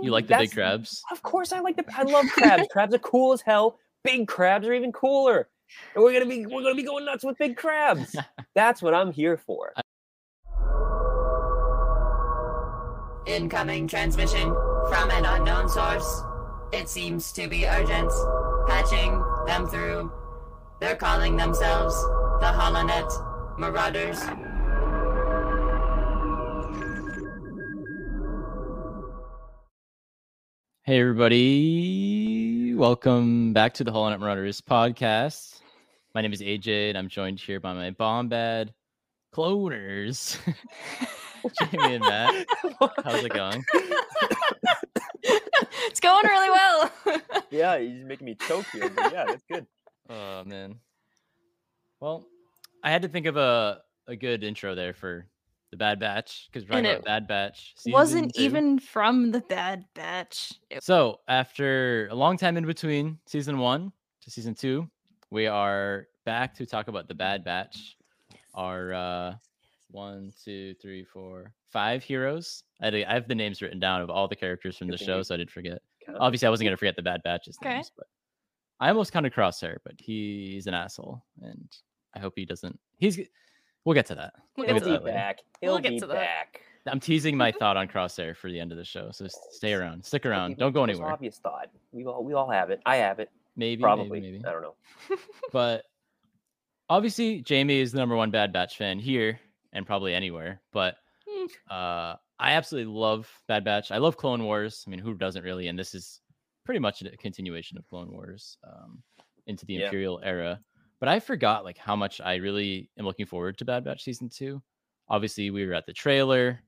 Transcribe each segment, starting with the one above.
You like the big That's- crabs? Of course, I like the. I love crabs. crabs are cool as hell. Big crabs are even cooler. And we're gonna be we're gonna be going nuts with big crabs. That's what I'm here for. Incoming transmission from an unknown source. It seems to be urgent. Patching them through. They're calling themselves the Holonet Marauders. Hey, everybody. Welcome back to the Hole Nut Marauders podcast. My name is AJ, and I'm joined here by my Bombad cloners, Jamie and Matt. How's it going? it's going really well. yeah, he's making me choke here. But yeah, that's good. Oh, man. Well, I had to think of a, a good intro there for the Bad Batch because we're talking And about it Bad Batch. season Wasn't two. even from the Bad Batch. It- So, after a long time in between season one to season two, we are back to talk about the Bad Batch. Our uh, one, two, three, four, five heroes. I, do- I have the names written down of all the characters from Good the thing show, you- so I didn't forget. Kinda. Obviously, I wasn't going to forget the Bad Batch's Okay. names, but I almost kind of crossed her, but he's an asshole, and I hope he doesn't. He's. g- We'll get to that. We'll He'll get Look to at be that later. back. He'll We'll get be to that. back. I'm teasing my thought on Crosshair for the end of the show, so s- stay around, stick Like around, people's don't go most anywhere. Obvious thought. We all we all have it. I have it. Maybe, probably. maybe, maybe. I don't know. but obviously Jamie is the number one Bad Batch fan here and probably anywhere. But Hmm. uh, I absolutely love Bad Batch. I love Clone Wars. I mean, who doesn't really? And this is pretty much a continuation of Clone Wars um, into the Yeah. Imperial era. But I forgot like how much I really am looking forward to Bad Batch season two. Obviously, we were at the trailer,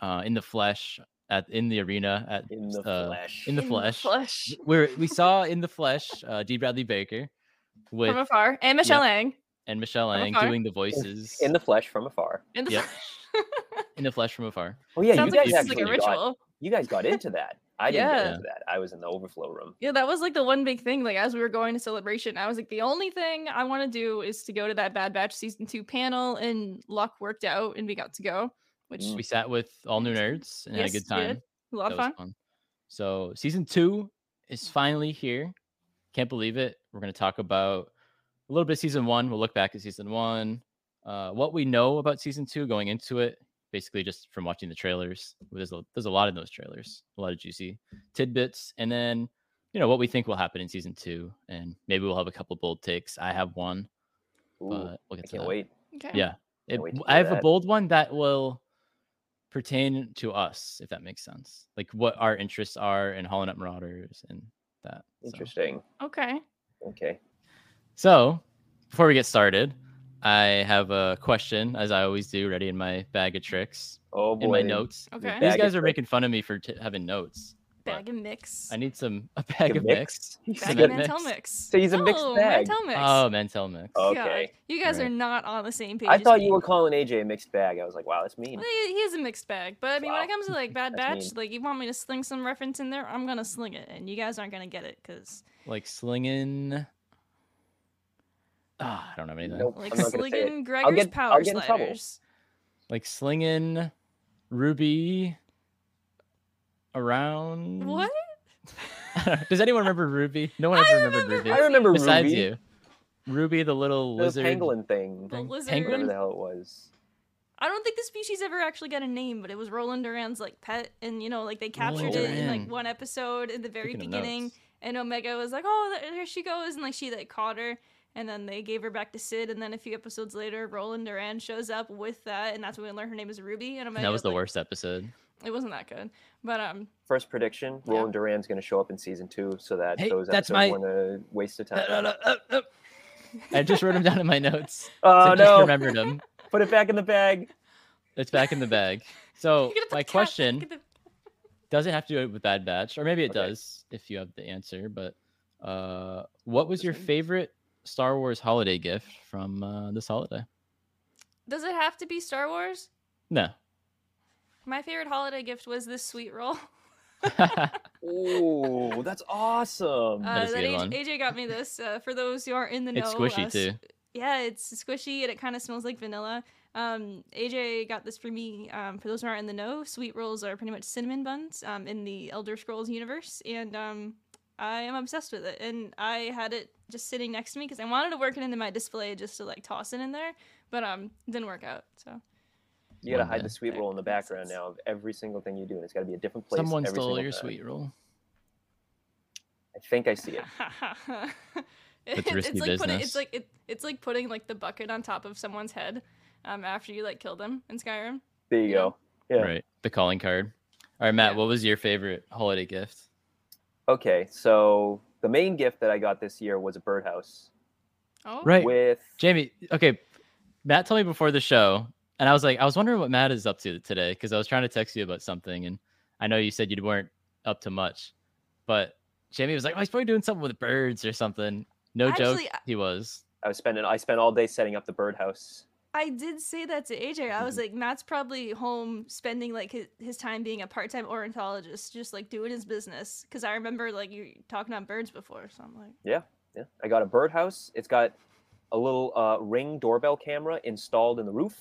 uh, in the flesh, at in the arena, at In the uh, flesh. in the in flesh. flesh. where we saw in the flesh uh, D. Bradley Baker with From afar. And Michelle Ang. and Michelle From Ang afar. doing the voices in the flesh from afar. In the Yep. flesh. in the flesh from afar. Oh yeah, Sounds you like guys this is like actually a got ritual. you guys got into that. I didn't get Yeah. into that. I was in the overflow room. Yeah, that was like the one big thing. Like as we were going to celebration, I was like, the only thing I want to do is to go to that Bad Batch season two panel, and luck worked out, and we got to go, which Mm. We sat with all new nerds and had a Yes, good we did. time. a lot That of was fun. fun. So season two is finally here. Can't believe it. We're gonna talk about a little bit of season one. We'll look back at season one, uh, what we know about season two going into it. Basically, just from watching the trailers. There's a, there's a lot in those trailers. A lot of juicy tidbits, and then you know what we think will happen in season two, and maybe we'll have a couple bold takes. I have one, Ooh, but I we'll get to can't that. wait. Okay. Yeah. It, Can't wait to I hear have a that. bold one that will pertain to us, if that makes sense. Like what our interests are in Hollow Knight Marauders and that. so. Interesting. Okay. Okay. So, before we get started, I have a question, as I always do, ready in my bag of tricks Oh boy. in my notes. Your Okay. These bag of guys are tricks. making fun of me for t- having notes. but Bag and mix. I need some a bag a of mix? He's mix. Bag a and mix. Mantel mix. So he's a mixed no, bag. Mantel mix. Oh, Mantel mix. Oh, God, okay. You guys are Right. not on the same page. I as thought me. you were calling AJ a mixed bag. I was like, wow, that's mean. Well, He he is a mixed bag, but I mean, when Wow. it comes to like Bad Batch, That's mean. like you want me to sling some reference in there, I'm gonna sling it, and you guys aren't gonna get it because Like slinging. Ah, I don't have anything. Nope, like I'm not gonna say it. slinging Gregor's get- I'll power get in trouble. sliders. like slinging Ruby around. What? I don't know. Does anyone remember Ruby? No one I has remembered remember Ruby. I remember Besides Ruby, you, Ruby, the little the lizard. pangolin thing, The Thing- lizard. penguin? whatever the hell it was. I don't think the species ever actually got a name, but it was Roland Duran's like pet, and you know, like they captured Roland it in Duran. like one episode in the very Speaking of beginning. notes. and Omega was like, "Oh, th- here she goes," and like she like caught her, and then they gave her back to Sid, and then a few episodes later, Roland Duran shows up with that, and that's when we learn her name is Ruby, and Omega. That was the like- worst episode. It wasn't that good, but um, First prediction: Yeah. Roland Duran's going to show up in season two, so that Hey, those that's episodes my- weren't a waste of time. I just wrote him down in my notes. Oh I just no! remembered him. Put it back in the bag. It's back in the bag. you So gotta Oh, put my the cat back question in the- doesn't have to do it with Bad Batch, or maybe it Okay. does if you have the answer. But uh, what was This your one? favorite Star Wars holiday gift from uh, this holiday? Does it have to be Star Wars? No. My favorite holiday gift was this sweet roll. Ooh, that's awesome. Uh, is a that good AJ, one. AJ got me this. Uh, for those who aren't in the know, it's squishy uh, too. Yeah, it's squishy and it kind of smells like vanilla. Um, AJ got this for me. Um, for those who aren't in the know, sweet rolls are pretty much cinnamon buns um, in the Elder Scrolls universe, and um, I am obsessed with it. And I had it just sitting next to me because I wanted to work it into my display just to like toss it in there, but um, didn't work out. So You gotta One hide day. the sweet roll in the Makes background sense. now of every single thing you do, and it's gotta be a different place. Someone every stole single your time. sweet roll. I think I see it. It- risky it's like Putting, business. it's like it, it's like putting like the bucket on top of someone's head um, after you like kill them in Skyrim. There you go. Yeah. Right. The calling card. All right, Matt. Yeah. What was your favorite holiday gift? Okay, so the main gift that I got this year was a birdhouse Oh, Right. with Jamie, okay. Matt told me before the show, and I was like, I was wondering what Matt is up to today because I was trying to text you about something, and I know you said you weren't up to much, but Jamie was like, oh, he's probably doing something with birds or something. No Actually, joke, I- he was. I was spending I spent all day setting up the birdhouse. I did say that to AJ. I was Mm-hmm. like, Matt's probably home spending like his, his time being a part time ornithologist, just like doing his business. Because I remember like you talking on birds before, so I'm like, Yeah. I got a birdhouse. It's got a little uh, ring doorbell camera installed in the roof.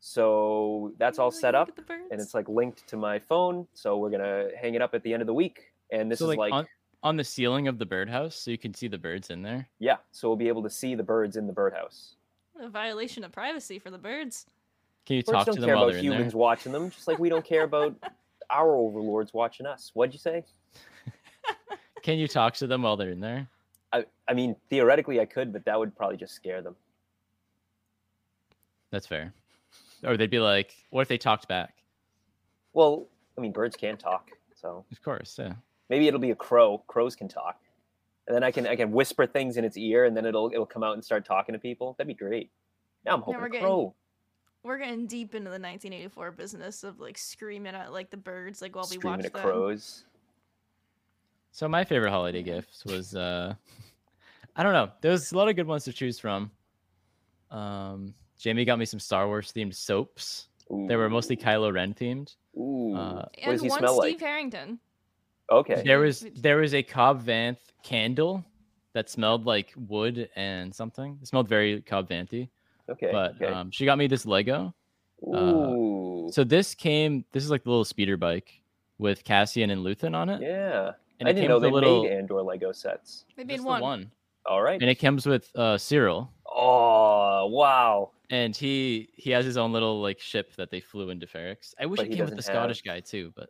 So that's all "Really? set Look up at the birds." and it's Oh, like linked to my phone. So we're gonna hang it up at the end of the week. And this so is like, like, on, on the ceiling of the birdhouse, so you can see the birds in there. yeah, so we'll be able to see the birds in the birdhouse. What a violation of privacy for the birds. Can you Birds talk don't to care them while about they're in there? humans watching them, just like we don't care about our overlords watching us. What'd you say? Can you talk to them while they're in there? I, I mean, theoretically, I could, but that would probably just scare them. That's fair. Or they'd be like, what if they talked back? Well, I mean, birds can talk, so Of course, yeah. maybe it'll be a crow. Crows can talk, and then I can I can whisper things in its ear, and then it'll it'll come out and start talking to people. That'd be great. Now I'm hoping we're a getting- crow We're getting deep into the 1984 business of like screaming at like the birds, like while we watch screaming at them. crows. So my favorite holiday gift was uh I don't know. There was a lot of good ones to choose from. Um Jamie got me some Star Wars themed soaps. They were mostly Kylo Ren themed. Ooh. uh, what does And he one smell Steve like? Harrington. Okay. There was there was a Cobb Vanth candle that smelled like wood and something. It smelled very Cobb Vanthy. Okay. But okay. um, she got me this Lego. uh, Ooh. So this came this is like the little speeder bike with Cassian and Luthen on it. yeah. And I it didn't came know with they a little made Andor Lego sets. They just made the one. All right. And it comes with uh Cyril. Oh wow. and he he has his own little like ship that they flew into Ferrix. I wish But it he came with the doesn't have- Scottish guy too, but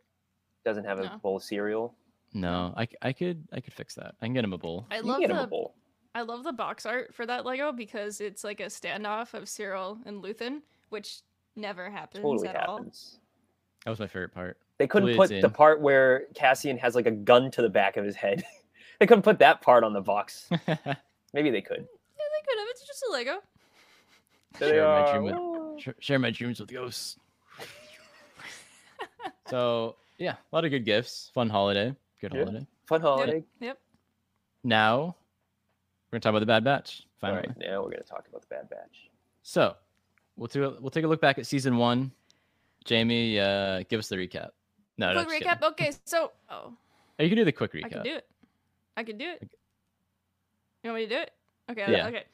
Doesn't have a No. bowl of cereal. no, I, c- I could I could fix that. I can get him a bowl. I You love can get him a the bowl. I love the box art for that Lego because it's like a standoff of Cyril and Luthen, which never happens Totally at all. happens. That was my favorite part. They couldn't Please, put the Ian. part where Cassian has like a gun to the back of his head. they couldn't put that part on the box. Maybe they could. Yeah, they could have. It's just a Lego. There they Sure, my are. dream would- Whoa. Sh- Share my dreams with ghosts. so yeah, a lot of good gifts. Fun holiday. Good Yeah. holiday. Fun holiday. Yep. Now we're gonna talk about the Bad Batch. All Finally. right, now we're gonna talk about the Bad Batch. So we'll do a, we'll take a look back at season one. Jamie, uh, give us the recap. No, Oh, no, Quick just recap. kidding. Okay, so oh, Oh, You can do the quick recap. I can do it. I can do it. You want me to do it? Okay. Yeah. Okay.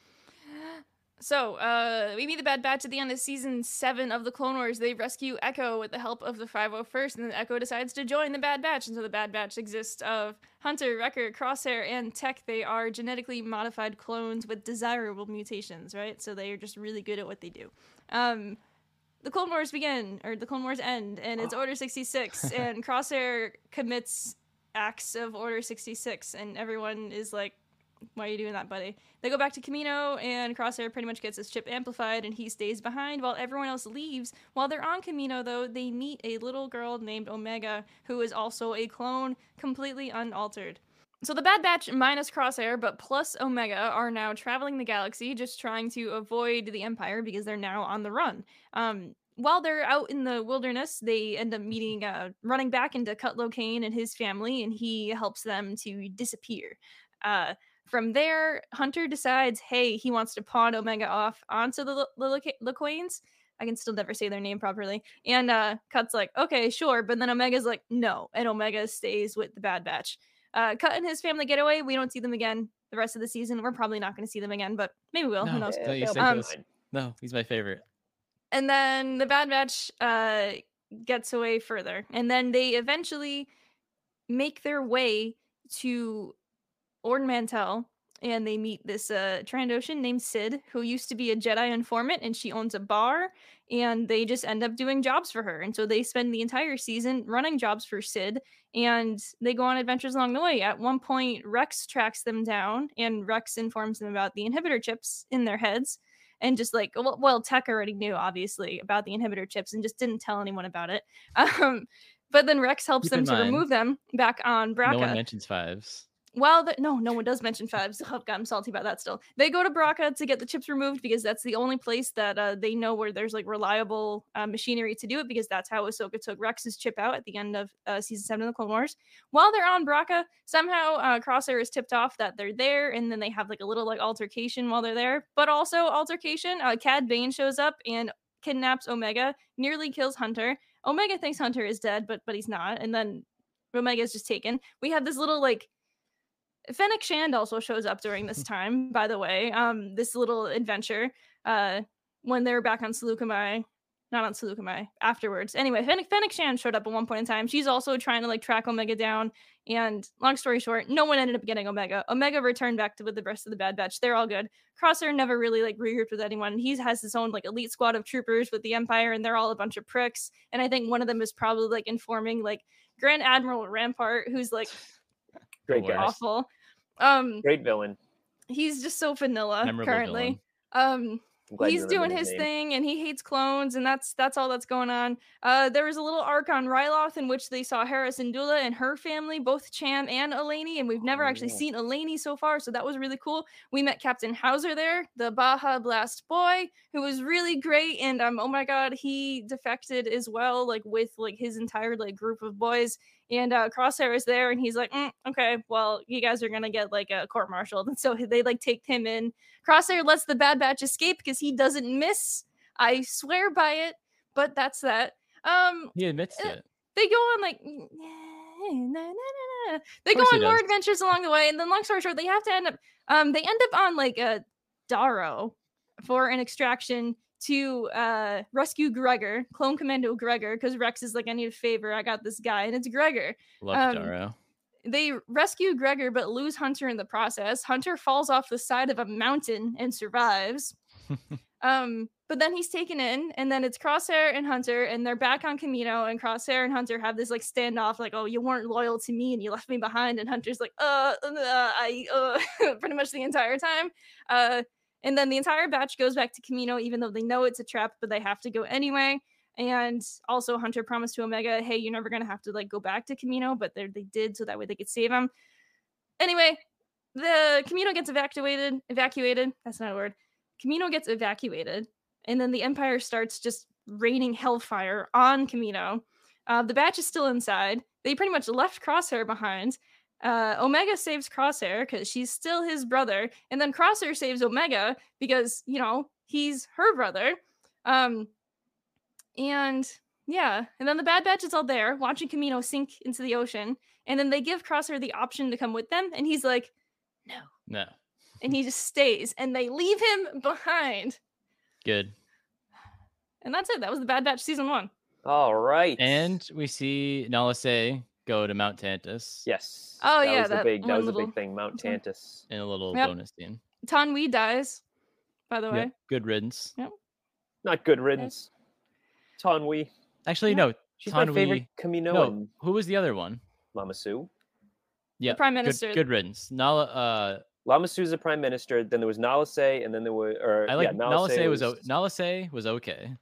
So, uh, we meet the Bad Batch at the end of season seven of the Clone Wars. They rescue Echo with the help of the 501st, and then Echo decides to join the Bad Batch. And so, the Bad Batch consists of Hunter, Wrecker, Crosshair, and Tech. They are genetically modified clones with desirable mutations, right? So, they are just really good at what they do. Um, the Clone Wars begin, or the Clone Wars end, and it's Order 66, and Crosshair commits acts of Order 66, and everyone is like, why are you doing that, buddy? They go back to Camino, and Crosshair pretty much gets his chip amplified, and he stays behind while everyone else leaves. While they're on Camino, though, they meet a little girl named Omega, who is also a clone, completely unaltered. So the Bad Batch minus Crosshair, but plus Omega, are now traveling the galaxy, just trying to avoid the Empire because they're now on the run. Um, while they're out in the wilderness, they end up meeting, uh, running back into Cutlow Kane and his family, and he helps them to disappear. Uh, from there, Hunter decides, hey, he wants to pawn Omega off onto the Lilaquanes. I can still never say their name properly. And uh, Cut's like, okay, sure. But then Omega's like, no. And Omega stays with the Bad Batch. Uh, Cut and his family get away. We don't see them again the rest of the season. We're probably not going to see them again, but maybe we'll. Who No. knows? Thought you they'll said be those- fine. No, he's my favorite. and then the Bad Batch uh, gets away further, and then they eventually make their way to Ord Mantell, and they meet this uh, Trandoshan named Sid, who used to be a Jedi informant, and she owns a bar, and they just end up doing jobs for her, and so they spend the entire season running jobs for Sid, and they go on adventures along the way. At one point, Rex tracks them down, and Rex informs them about the inhibitor chips in their heads, and just like, well, well Tech already knew obviously about the inhibitor chips and just didn't tell anyone about it. Um, but then Rex helps Keep them in to mind, remove them back on Braca. No one mentions fives. Well, the, no, no one does mention Fabs. Oh, God, I'm salty about that still. They go to Braca to get the chips removed because that's the only place that uh, they know where there's like reliable uh, machinery to do it because that's how Ahsoka took Rex's chip out at the end of uh, season seven of the Clone Wars. While they're on Braca, somehow uh, Crosshair is tipped off that they're there, and then they have like a little like altercation while they're there. But also altercation, uh, Cad Bane shows up and kidnaps Omega, nearly kills Hunter. Omega thinks Hunter is dead, but but he's not, and then Omega is just taken. We have this little like Fennec Shand also shows up during this time, by the way. Um, this little adventure, uh, when they were back on Seleucami, not on Seleucami, afterwards. Anyway, Fennec, Fennec Shand showed up at one point in time. She's also trying to like track Omega down. And long story short, no one ended up getting Omega. Omega returned back to with the rest of the Bad Batch. They're all good. Crosshair never really like regrouped with anyone. He has his own like elite squad of troopers with the Empire, and they're all a bunch of pricks. And I think one of them is probably like informing like Grand Admiral Rampart, who's like Great Don't worry. guy. Yes. awful. Um, Great villain. he's just so vanilla Memorable currently. Um, I'm glad you he's doing remembered his name. thing, and he hates clones, and that's that's all that's going on. Uh, there was a little arc on Ryloth in which they saw Harris and Dula and her family, both Cham and Eleni, and we've never actually yeah. seen Eleni so far, so that was really cool. We met Captain Hauser there, the Baja Blast boy, who was really great, and um, oh my god, he defected as well, like with like his entire like group of boys. And uh, Crosshair is there, and he's like, "Mm, "Okay, well, you guys are gonna get like a court-martialed." And so they like take him in Crosshair lets the Bad Batch escape because he doesn't miss. I swear by it, but that's that. Um, He admits Uh, it. they go on like they Of go course he on more does. adventures along the way, and then long story short, they have to end up um they end up on like a Darrow for an extraction to uh rescue Gregor, clone commando Gregor, because Rex is like, I need a favor, I got this guy, and it's Gregor Love um, Darrow. they rescue Gregor but lose Hunter in the process. Hunter falls off the side of a mountain and survives. um, but then he's taken in, and then it's Crosshair and Hunter, and they're back on Camino. And Crosshair and Hunter have this like standoff, like, "Oh, you weren't loyal to me, and you left me behind." And Hunter's like, "Uh, uh I uh," pretty much the entire time. Uh, and then the entire batch goes back to Camino, even though they know it's a trap, but they have to go anyway. And also, Hunter promised to Omega, "Hey, you're never gonna have to like go back to Camino," but they they did, so that way they could save him. Anyway, the Camino gets evacuated. Evacuated. That's not a word. Camino gets evacuated, and then the Empire starts just raining hellfire on Camino. Uh, the batch is still inside. They pretty much left Crosshair behind. Uh, Omega saves Crosshair because she's still his brother, and then Crosshair saves Omega because you know he's her brother. Um, and yeah, and then the Bad Batch is all there watching Camino sink into the ocean, and then they give Crosshair the option to come with them, and he's like, "No," No. and he just stays, and they leave him behind, Good. and that's it. That was the Bad Batch season one. All right. And we see Nalase go to Mount Tantus yes. Oh, yeah, was the that big, one that was a little- big thing. Mount one. Tantus. in a little Yep. bonus scene. Tanwi dies, by the Yep, way. Good riddance. Not good riddance. Tanwi. Actually, Yeah. no. She's my favorite Tanwi- Camino No. and Who was the other one? Lama Sue. Yeah. The Prime good- Minister. Good, riddance. Nala. Uh, Lama Sue's the prime minister. Then there was Nalase, and then there were or I like yeah, Nalase, Nalase, was o- Nalase was okay.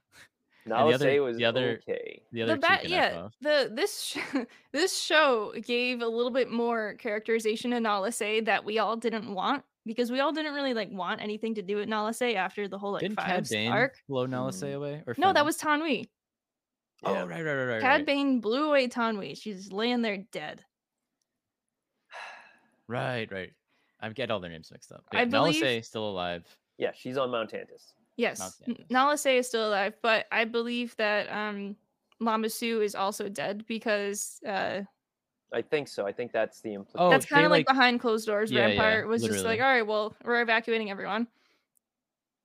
Nalase the other- was the other- okay. The other the two bat, can F yeah. off. The this sh- this show gave a little bit more characterization to Nalase that we all didn't want because we all didn't really like want anything to do with Nalase after the whole like Didn't Cad five Bane arc. blow Nalase away? Or No, that Fennec? was Tanwi. Oh Yeah. right, right, right, right. Cad right. Bane blew away Tanwi. She's laying there dead. Right, right. I get all their names mixed up. I I believe- Nalase still alive. Yeah, she's on Mount Tantus. Yes, N- Tannis. Nalase is still alive, but I believe that um Lamassu is also dead because uh, I think so. I think that's the implication. Oh, that's kind they, of like, like- behind closed doors. Yeah, yeah, Rampart was just literally. like, "All right, well, we're evacuating everyone."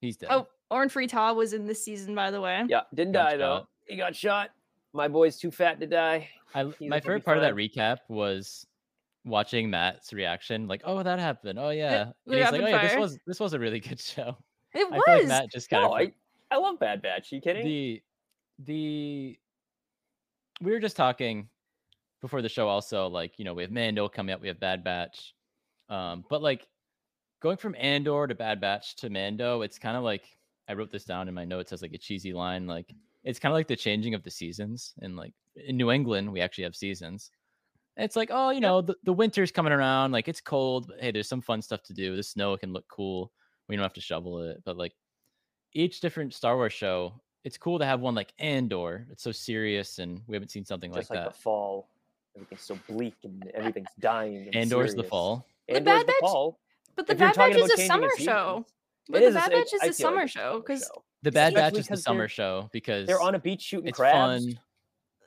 He's dead. Oh, Orin Frita was in this season, by the way. Yeah, didn't Got die though. shot. He got shot. My boy's too fat to die. I, He's my gonna favorite be part of that recap was watching Matt's reaction, like, "Oh, that happened. Oh yeah." And the he's like, rapid "Oh yeah, this fire. was this was a really good show." It I feel like was. Matt just kind No, of I, I love Bad Batch. You kidding? the the we were just talking before the show also like you know we have mando coming up we have bad batch um but like going from andor to bad batch to mando it's kind of like i wrote this down in my notes as like a cheesy line like it's kind of like the changing of the seasons and like in new england we actually have seasons it's like oh you know the, the winter's coming around like it's cold but hey there's some fun stuff to do the snow can look cool we don't have to shovel it but like each different star wars show it's cool to have one like andor it's so serious and we haven't seen something Just like like, that the fall. Everything's so bleak and everything's dying. And Andor's the serious. fall. The Andor's Bad the Batch- fall. but the If you're Bad talking Batch is about a changing summer seasons, show. But it the is a- Bad it- Batch is I a feel summer like it's a show because show. The Bad Especially Batch is the 'cause summer they're- show because they're on a beach shooting it's crabs. fun.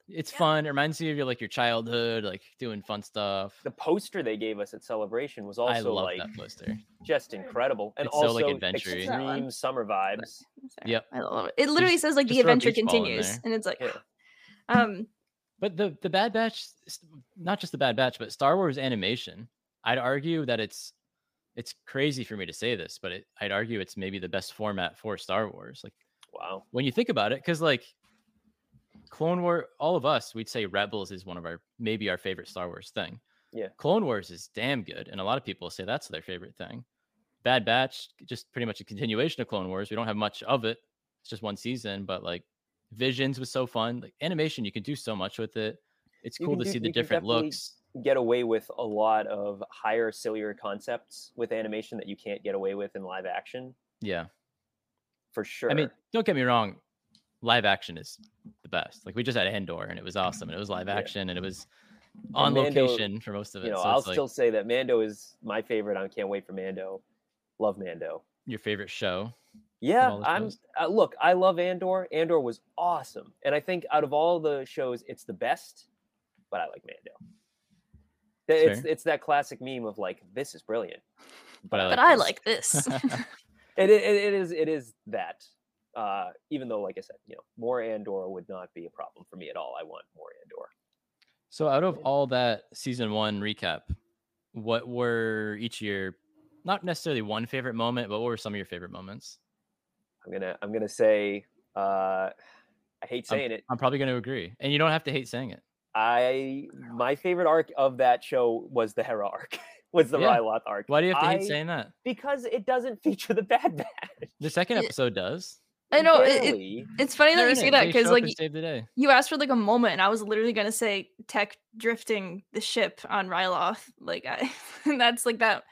It's Yeah. fun. It reminds you of your like your childhood, like doing fun stuff. The poster they gave us at Celebration was I also love like that poster. just incredible and It's so, also like, adventure-y. extreme summer vibes. I'm sorry, Yep. I love it. It literally says like the just throw a adventure beach ball in continues, there. and it's like, Yeah. um, But the the Bad Batch, s- not just the Bad Batch, but Star Wars animation. I'd argue that it's it's crazy for me to say this, but it, I'd argue it's maybe the best format for Star Wars. Like Wow. when you think about it, because like Clone War, all of us, we'd say Rebels is one of our maybe our favorite Star Wars thing. Yeah. Clone Wars is damn good, and a lot of people say that's their favorite thing. Bad Batch, just pretty much a continuation of Clone Wars. We don't have much of it; it's just one season. But like, Visions was so fun. Like animation, you can do so much with it. It's You cool can to do- see the you can different definitely- looks. Get away with a lot of higher cellular concepts with animation that you can't get away with in live action Yeah, for sure. I mean, don't get me wrong, live action is the best. Like we just had Endor, and it was awesome, and it was live Yeah. action, and it was on Mando, location for most of it. you know, so I'll it's like, still say that Mando is my favorite. I can't wait for Mando. Love Mando. your favorite show. all Yeah, the I'm. shows? Uh, look, I love Andor. Andor was awesome, and I think out of all the shows, it's the best. But I like Mando. Th- It's Fair. it's that classic meme of like, this is brilliant. But I like, but I this. like this. It, it, it is it is that. Uh, even though, like I said, you know, more Andor would not be a problem for me at all. I want more Andor. So, out of all that season one recap, what were each year, not necessarily one favorite moment, but what were some of your favorite moments? I'm gonna I'm gonna say. Uh, I hate saying it. I'm probably going to agree, and you don't have to hate saying it. I my favorite arc of that show was the Hera arc, was the Yeah. Ryloth arc. Why do you have to I- hate saying that? Because it doesn't feature the Bad Batch. The second it- episode does. I know it, it- Barely. it's funny that They're you in say it. that They because show up like and save the day. you asked for like a moment, and I was literally gonna say Tech drifting the ship on Ryloth. Like I, and that's like that.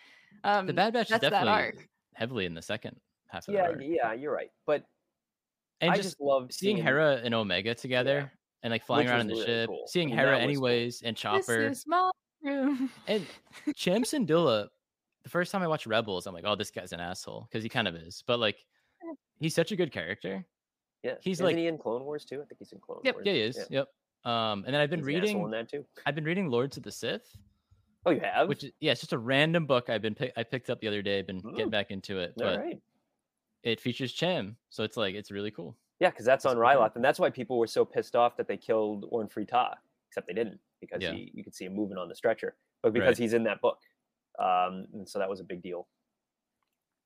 Um, The Bad Batch is that's that definitely arc. heavily in the second half of yeah, that arc. yeah, you're right. But and I just, just love seeing Hera and Omega together. And like flying Which around in the was really ship, cool. seeing I mean, Hera that was cool. anyways, and This Chopper. is my room. And Cham Syndulla, the first time I watched Rebels, I'm like, oh, this guy's an asshole because he kind of is, but like, he's such a good character. Yeah, he's Isn't like- he in Clone Wars too. I think he's in Clone Yep, Wars. Yeah, he is. Yep. Um, and then I've been He's an asshole in reading, that too. I've been reading Lords of the Sith, Oh, you have. which is, yeah, it's just a random book I've been pick I picked up the other day. I've been Mm. getting back into it, all but right. it features Cham, so it's like it's really cool. Yeah, because that's That's on pretty cool. Ryloth, and that's why people were so pissed off that they killed Orn Frita, except they didn't because Yeah. he, you could see him moving on the stretcher, but because Right. he's in that book, um, and so that was a big deal.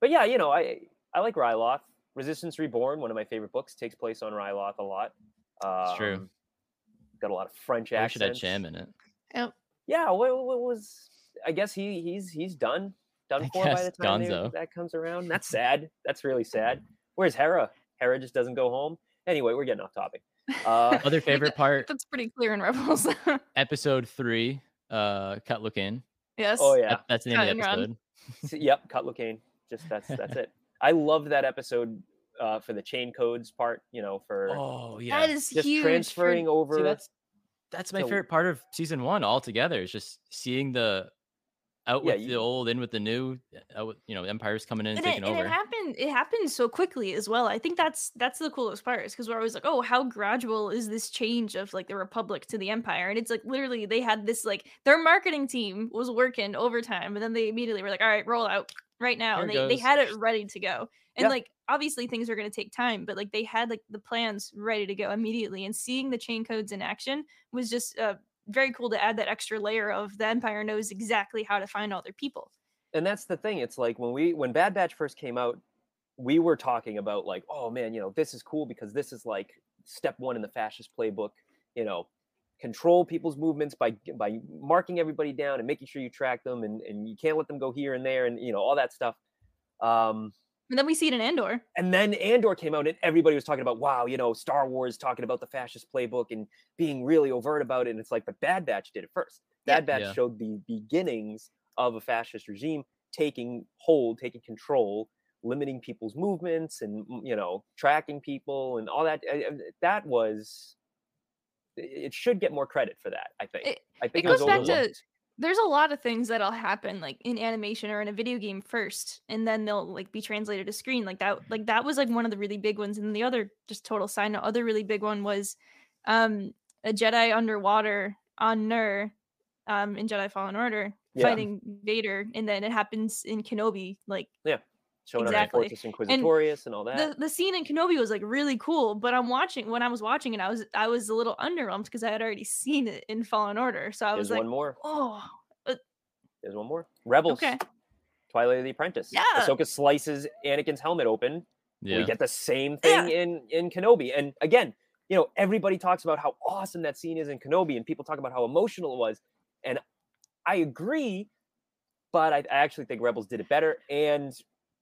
But yeah, you know, I I like Ryloth. Resistance Reborn, one of my favorite books, takes place on Ryloth a lot. Um, It's true. Got a lot of French I wish it had accents. Cham in it. yeah, what, what was? I guess he he's he's done done I for by the guess time they- Gonzo. that comes around. That's sad. That's really sad. Where's Hera? Hera just doesn't go home. Anyway, we're getting off topic. Uh, Oh, Other favorite part, That's pretty clear in Rebels. episode three, uh, Cut Looking. yes. oh yeah, That, that's the name of the Cut and run. episode. S- yep, cut Lucane. Just that's that's it. I loved that episode uh, for the chain codes part. You know, for Oh yeah, That is just huge. for- transferring over. See, that's that's my So- favorite part of season one altogether. Is just seeing the out Yeah, with you- the old, in with the new. eh, Out with, you know, Empire's coming in and, and, taking it, and over. it happened it happened so quickly as well i think that's that's the coolest part is because we're always like oh how gradual is this change of like the republic to the empire and it's like literally they had this like their marketing team was working overtime and then they immediately were like all right roll out right now Here and it they, they goes. had it ready to go and Yeah. like obviously things are going to take time but like they had like the plans ready to go immediately and seeing the chain codes in action was just uh, very cool to add that extra layer of the empire knows exactly how to find all their people and that's the thing it's like when we when bad batch first came out we were talking about like oh man you know this is cool because this is like step one in the fascist playbook you know control people's movements by by marking everybody down and making sure you track them and, and you can't let them go here and there and you know all that stuff um and then we see it in andor and then Andor came out, and everybody was talking about, wow, you know, Star Wars talking about the fascist playbook and being really overt about it. And it's like, but Bad Batch did it first. Yeah. Bad Batch Yeah. showed the beginnings of a fascist regime taking hold, taking control, limiting people's movements, and mm, you know, tracking people and all that. I- I- That was. It it should get more credit for that. I think. It- I think it it, was goes back to- overlooked. there's a lot of things that'll happen like in animation or in a video game first and then they'll like be translated to screen like that like that was like one of the really big ones and then the other just total side note other really big one was um a jedi underwater on nur um in jedi fallen order Yeah. fighting vader and then it happens in kenobi like showing exactly. up at Fortress Inquisitorius and, all that. the, the scene in Kenobi was like really cool, but I'm watching when I was watching it, I was I was a little underwhelmed because I had already seen it in Fallen Order. So I There's was like, one more. oh There's one more. Rebels. okay. Twilight of the Apprentice. Yeah. Ahsoka slices Anakin's helmet open. yeah. We get the same thing in in Kenobi. And again, you know, everybody talks about how awesome that scene is in Kenobi, and people talk about how emotional it was. And I agree, but I, I actually think Rebels did it better. And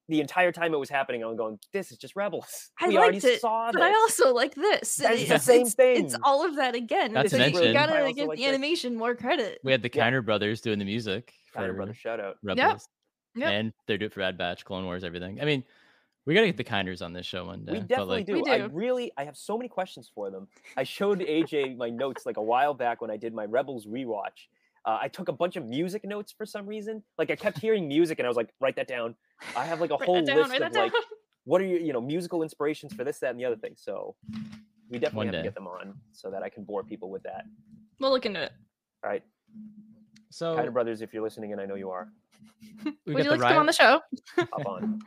the entire time it was happening, I'm going, "This is just Rebels. I we already liked it, saw But this." I also like this. and That's the it's- same it's- It's thing. all of that again. Not It's to like, mention- you I gotta also give like the this. animation more credit. We had the Yeah. Kiner brothers doing the music Kind for of brother shout out. Rebels. Yep. And they're doing it for Bad Batch, Clone Wars, everything. I mean, we gotta get the Kinders on this show one day. we but, definitely like, do. We I do. really, I have so many questions for them. I showed AJ my notes like a while back when I did my Rebels rewatch. Uh, I took a bunch of music notes for some reason. Like I kept hearing music, and I was like, write that down. I have like a Write that whole down, list write of that like, down. what are your, you know, musical inspirations for this, that, and the other thing. So we definitely One have day. to get them on so that I can bore people with that. We'll look into it. All right, Oh. So kind of brothers, if you're listening, and I know you are, we got Would you the like to come on Ryl- the show? hop on.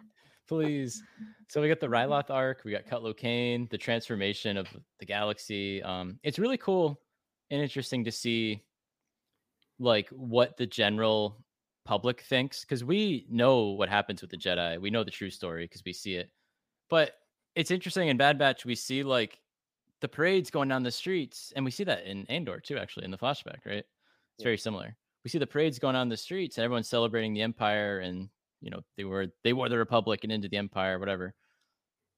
please. So we got the Ryloth arc, we got Cutlo Kane, the transformation of the galaxy. Um, it's really cool and interesting to see like what the general public thinks because we know what happens with the Jedi. We know the true story because we see it. But it's interesting in Bad Batch, we see like the parades going down the streets, and we see that in Andor too, actually, in the flashback, right? It's Yeah. very similar. We see the parades going on the streets and everyone's celebrating the Empire and you know they were they wore the republic and into the empire whatever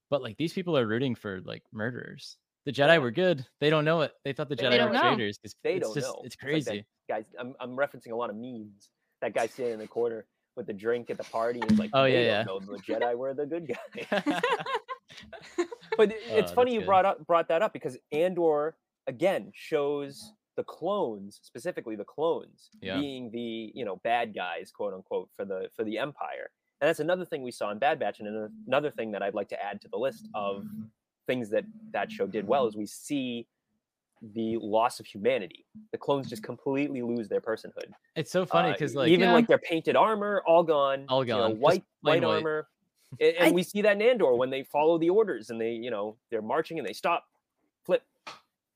but like these people are rooting for like murderers the jedi were good they don't know it they thought the They jedi don't were know. traitors it's, They it's don't just know. it's It's like that- crazy Guys, I'm, I'm referencing a lot of memes. That guy standing in the corner with the drink at the party and like, Oh, "They yeah, don't know the Jedi were the good guys. but it- Oh, it's that's funny you good. brought up brought that up because Andor again shows the clones specifically the clones Yeah. being the you know bad guys quote unquote for the for the empire and that's another thing we saw in Bad Batch and ano- another thing that I'd like to add to the list of things that that show did well is we see the loss of humanity the clones just completely lose their personhood it's so funny uh, because like even Yeah. like their painted armor, all gone. All you know, gone, just white plain white, white. armor. A- And, I- we see that in Andor when they follow the orders and they, you know, they're marching and they stop, flip,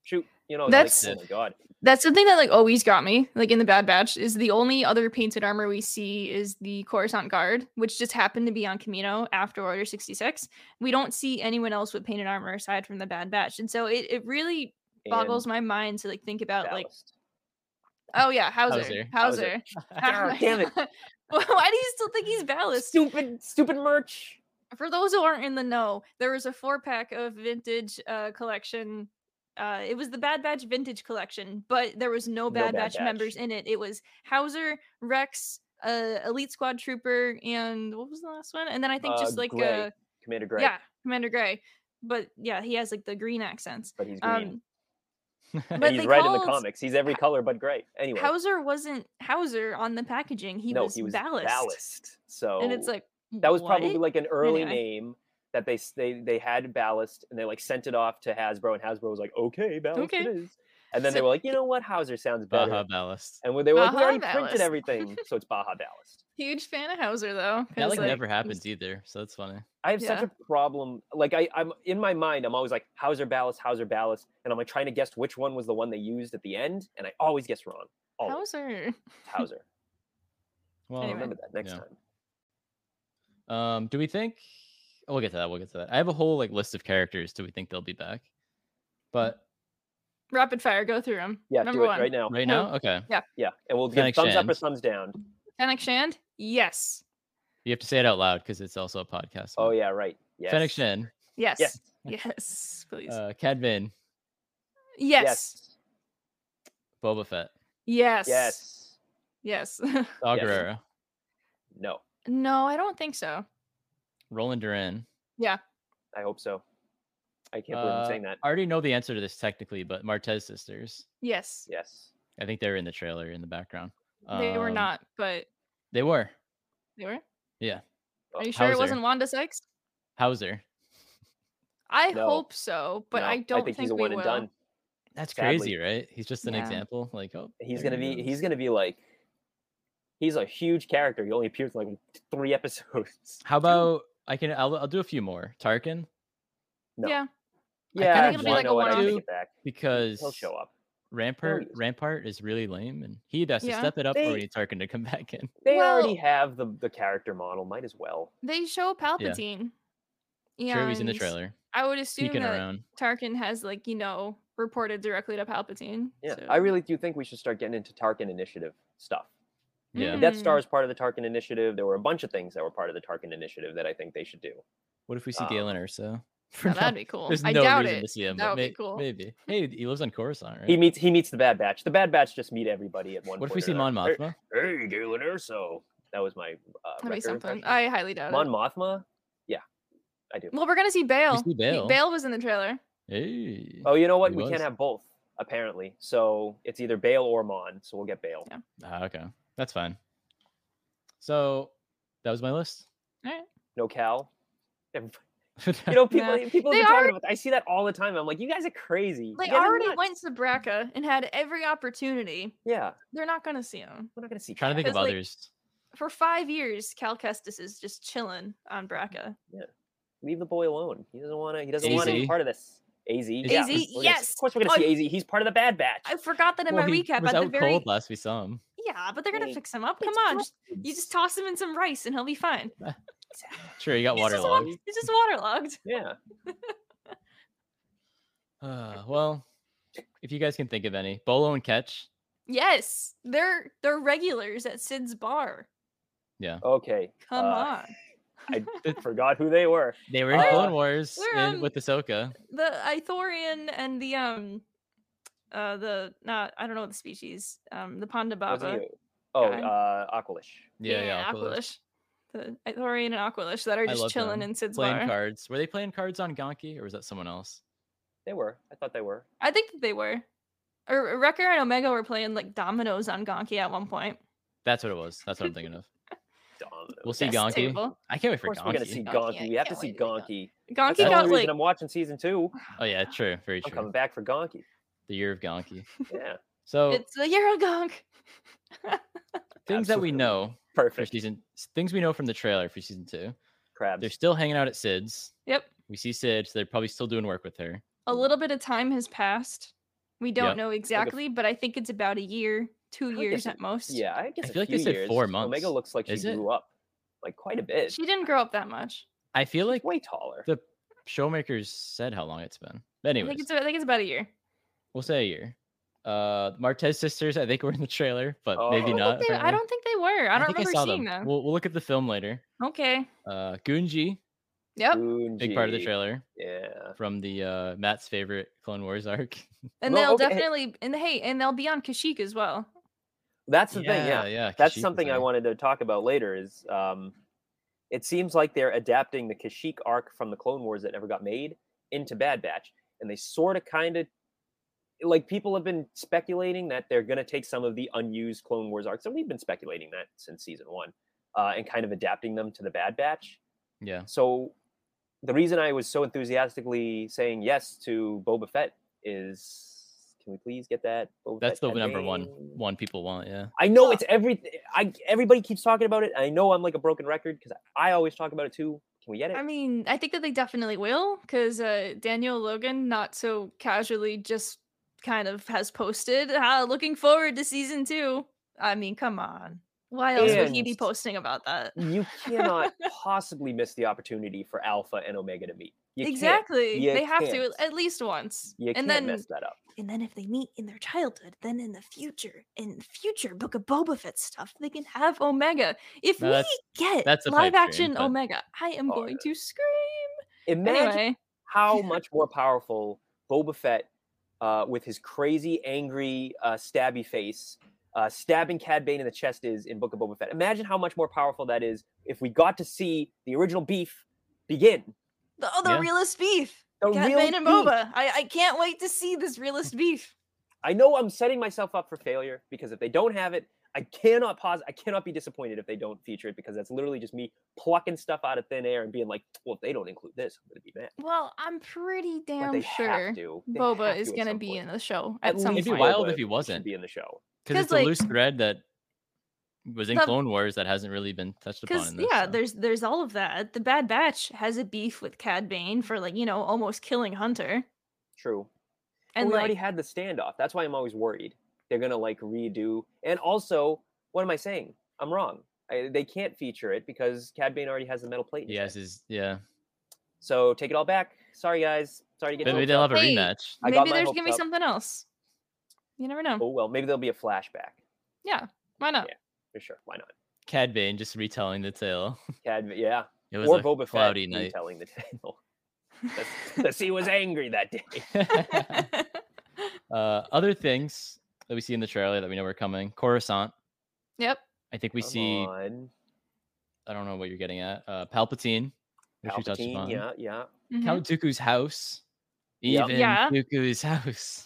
shoot. You know, it's That's- like, oh my god, That's something that like always got me, like in the Bad Batch, is the only other painted armor we see is the Coruscant Guard, which just happened to be on Camino after Order 66. We don't see anyone else with painted armor aside from the Bad Batch. And so it, it really boggles and my mind to like think about like ballast. oh yeah, Hauser. Hauser. Hauser. Hauser. Ah, damn it. Why do you still think he's ballast? stupid, stupid merch. for those who aren't in the know, there was a four pack of vintage uh, collection. Uh, it was the Bad Batch vintage collection, but there was no Bad, Bad Batch, members Batch. in it. It was Hauser, Rex, uh, Elite Squad Trooper, and what was the last one? And then I think Uh, just like Gray, uh, Commander Gray, yeah, Commander Gray. But yeah, he has like the green accents. but he's green. Um, And But he's they right in called- the comics. He's every color but gray. Anyway, Hauser wasn't Hauser on the packaging. He no, was he was Ballast. Ballast. So And it's like that was probably what? like an early Anyway. name that they s- they they had Ballast and they like sent it off to Hasbro and Hasbro was like, okay, Ballast Okay. it is. And then they So- were like, you know what, Hauser sounds better. Baja Ballast. And when they were like, we Baja already Ballast. printed everything, so it's Baja Ballast. huge fan of Hauser though. That 'cause, like, like, never he's- happens either, so that's funny. I have such Yeah. a problem. Like I, I'm in my mind, I'm always like Hauser Ballast, Hauser Ballast, and I'm like trying to guess which one was the one they used at the end, and I always guess wrong. Always Hauser. Hauser. Well, I Anyway. remember that next Yeah. time. um, do we think? oh, We'll get to that. We'll get to that. I have a whole like list of characters. Do we think they'll be back? But Rapid fire, go through them. Yeah, Number do it one. right now. right now, okay, Yeah, and we'll Fennec give thumbs up or Shand. thumbs down. Fennec Shand? Yes. you have to say it out loud because it's also a podcast. Oh yeah, right. Yes. Fennec Shen, Yes. Yes. Yes. please. uh, Cadvin, yes. Boba Fett, Yes. Yes. Yes. Saw Yes. Gerrera, No. no, I don't think so. Roland Duran. I hope so. I can't believe I'm Uh, saying that. I already know the answer to this technically, but Martez sisters. Yes. Yes. I think they were in the trailer in the background. they were Um, not, but They were. they were. Yeah. Are you sure Hauser. it wasn't Wanda Sykes? Hauser. I No. hope so, but No. I don't think, think, he's a we one will. and done. That's Sadly. crazy, right? He's just an Yeah. example. Like, oh, He's there gonna you be. go. He's gonna be like. He's a huge character. He only appears in like three episodes. How about I can? I'll, I'll do a few more. Tarkin, No. Yeah. think Yeah, it'll be like Wano, I a don't one-off. take it back. because He'll show up. Rampart is. Rampart is really lame, and he either has to Yeah. step it up or They- we need Tarkin to come back in. They already Well- have the the character model. Might as well. They show Palpatine. Yeah. Sure, he's in the and trailer, I would assume peeking that around. Tarkin has like, you know, reported directly to Palpatine. Yeah, so- I really do think we should start getting into Tarkin Initiative stuff. Yeah. The Death Star Mm. is part of the Tarkin Initiative. There were a bunch of things that were part of the Tarkin Initiative that I think they should do. What if we see Um, Galen Erso? For Now, no- that'd be cool. There's I no doubt reason it. to see him. That but would be may- cool. Maybe. Hey, he lives on Coruscant, right? He meets he meets the Bad Batch. The Bad Batch just meet everybody at one. what if we point see or Mon another. Mothma? Hey, hey Galen Erso. That was my uh, That'd be Wrecker something. impression. I highly doubt Mon it. Mothma. Yeah, I do. Well, we're gonna see Bale. see He- Bale. Bale was in the trailer. Hey. Oh, you know what? he We was. can't have both apparently. So it's either Bale or Mon. So we'll get Bale. Yeah. Ah, okay, that's fine. So that was my list. No Cal. Everybody- You know, people Yeah. people They have been talking already- about. I see that all the time. I'm like, you guys are crazy. They You guys are already nuts." went to Braca and had every opportunity. Yeah, They're not gonna see him we're not gonna see. trying to think Cal. of 'Cause, like, others. for five years. Cal Kestis is just chilling on Braca. Leave the boy alone. He doesn't want to. He doesn't want to AZ. be part of this. Az. Yeah, we're AZ, gonna see- yes. Of course, we're gonna Oh, see Az. He's part of the Bad Batch. I forgot that in Well, my he recap was at the out very cold last we saw him. yeah, but they're gonna Hey, fix him up. Come it's on, just, you just toss him in some rice and he'll be fine. Sure, he got He's just, wa- waterlogged. he's just waterlogged. Yeah. Uh, well, if you guys can think of any, Bolo and Catch. Yes, they're they're regulars at Sid's bar. Okay. Come uh, on. I forgot who they were. They were in Uh, Clone Wars we're, in, um, with Ahsoka. the Ithorian and the um uh the not I don't know the species um the panda Wasn't baba you? Oh, guy. uh, Aqualish. Yeah, yeah. Aquila. Aqualish the Ithorian and Aqualish that are just love chilling them. in Sid's Playing bar. cards. Were they playing cards on Gonki, or was that someone else? They were. I thought they were. I think that they were. Or Wrecker and Omega were playing like dominoes on Gonki at one point. That's what it was. That's what I'm thinking of. Dominoes. We'll see Yes, Gonki. table. I can't wait Of for course, we're gonna Gonki. Uh, see Gonki, Gonki. I we have to can't see wait to Gonki. see That's Gonki the only got reason like I'm watching season two. Oh yeah, true. Very I'm true. coming back for Gonki. The year of Gonki. Yeah. So it's the Euro Gonk. things that we absolutely. know for Perfect. season things we know from the trailer for season two. Crabs. They're still hanging out at Sid's. Yep. We see Sid, so they're probably still doing work with her. A little bit of time has passed. We don't Yep. know exactly, but I think it's about a year, two guess years it- at most. yeah, I guess. I a feel like they few said years. four months. Omega looks like she Is it? grew up, like quite a bit. She didn't grow up that much. I feel like Way taller. the showmakers said how long it's been. But I anyways, think, it's, I think it's about a year. we'll say a year. Uh, Martez sisters, I think were in the trailer, but Oh. I maybe don't I not. don't, think they, I apparently. don't think they were. I don't think remember saw seeing them. them. We'll, we'll look at the film later. okay. Uh, Gunji, Yep. big part of the Goonji. trailer Yeah. from the uh, Matt's favorite Clone Wars arc. And Well, they'll okay, hey- definitely and hey, and they'll be on Kashyyyk as well. That's the thing. Yeah. yeah. that's Kashyyyk was something I there. wanted to talk about later. Is um, it seems like they're adapting the Kashyyyk arc from the Clone Wars that never got made into Bad Batch, and they sort of kind of like people have been speculating that they're going to take some of the unused Clone Wars arcs, and we've been speculating that since season one, uh, and kind of adapting them to the Bad Batch. Yeah. So the reason I was so enthusiastically saying yes to Boba Fett is, can we please get that? Boba That's Fett the number one ending? one people want. Yeah. I know it's every. I everybody keeps talking about it. I know I'm like a broken record because I always talk about it too. Can we get it? I mean, I think that they definitely will because uh, Daniel Logan, not so casually, just kind of has posted ah, looking forward to season two. I mean, come on. Why else would he be And- posting about that? you cannot possibly miss the opportunity for Alpha and Omega to meet. You can't. exactly. you They have can't. to at least once. You and can't then mess that up. And then if they meet in their childhood, then in the future, in future Book of Boba Fett stuff, they can have have Omega. If No, we that's- get that's a pipe live action dream, but- Omega, I am Oh, going to scream. Imagine Anyway, how much more powerful Boba Fett, uh, with his crazy, angry, uh, stabby face, uh, stabbing Cad Bane in the chest is in Book of Boba Fett. Imagine how much more powerful that is if we got to see the original beef begin. the other Yeah. realist beef. The Cat real Bane and beef. Boba. I, I can't wait to see this realist beef. I know I'm setting myself up for failure because if they don't have it, I cannot pause. I cannot be disappointed if they don't feature it because that's literally just me plucking stuff out of thin air and being like, well, if they don't include this, I'm gonna be mad. Well, I'm pretty But damn they sure have to. They Boba have is to at going to some be point. in the show At at some least It'd be point. wild Boba if he should wasn't. be in the show. Because 'Cause, it's like- a loose thread that was in The- Clone Wars that hasn't really been touched upon. Because In this, yeah, so. there's there's all of that. The Bad Batch has a beef with Cad Bane for like you know almost killing Hunter, True. And and we like already had the standoff. That's why I'm always worried they're gonna like redo. And also, what am I saying? I'm wrong. I, they can't feature it because Cad Bane already has the metal plate. in his yes, head. is yeah. So take it all back. Sorry guys. Sorry to get. But your maybe hopes they'll up. have a Hey. rematch. I got maybe my there's hopes gonna be up. something else. You never know. Oh well, maybe there'll be a flashback Yeah, why not? Yeah. for sure. Why not? Cad Bane just retelling the tale. Cad, yeah. It was or a Boba Fett cloudy you night. telling the tale. The- the sea was angry that day. uh, other things that we see in the trailer that we know are coming. Coruscant. yep. I think we Come see. on. I don't know what you're getting at. Uh, Palpatine, which we touched Palpatine, upon. yeah, yeah. mhm. Count Dooku's house. Yep. Even Yeah. Dooku's house.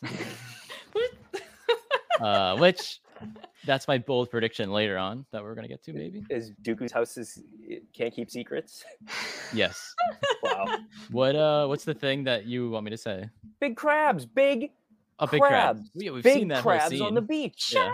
uh, which that's my bold prediction later on that we're gonna get to maybe. Is Dooku's house is it can't keep secrets? Yes. Wow. What uh? What's the thing that you want me to say? big crabs, big A big crab. crabs. Yeah, we've big seen that crabs whole scene. on the beach. yeah.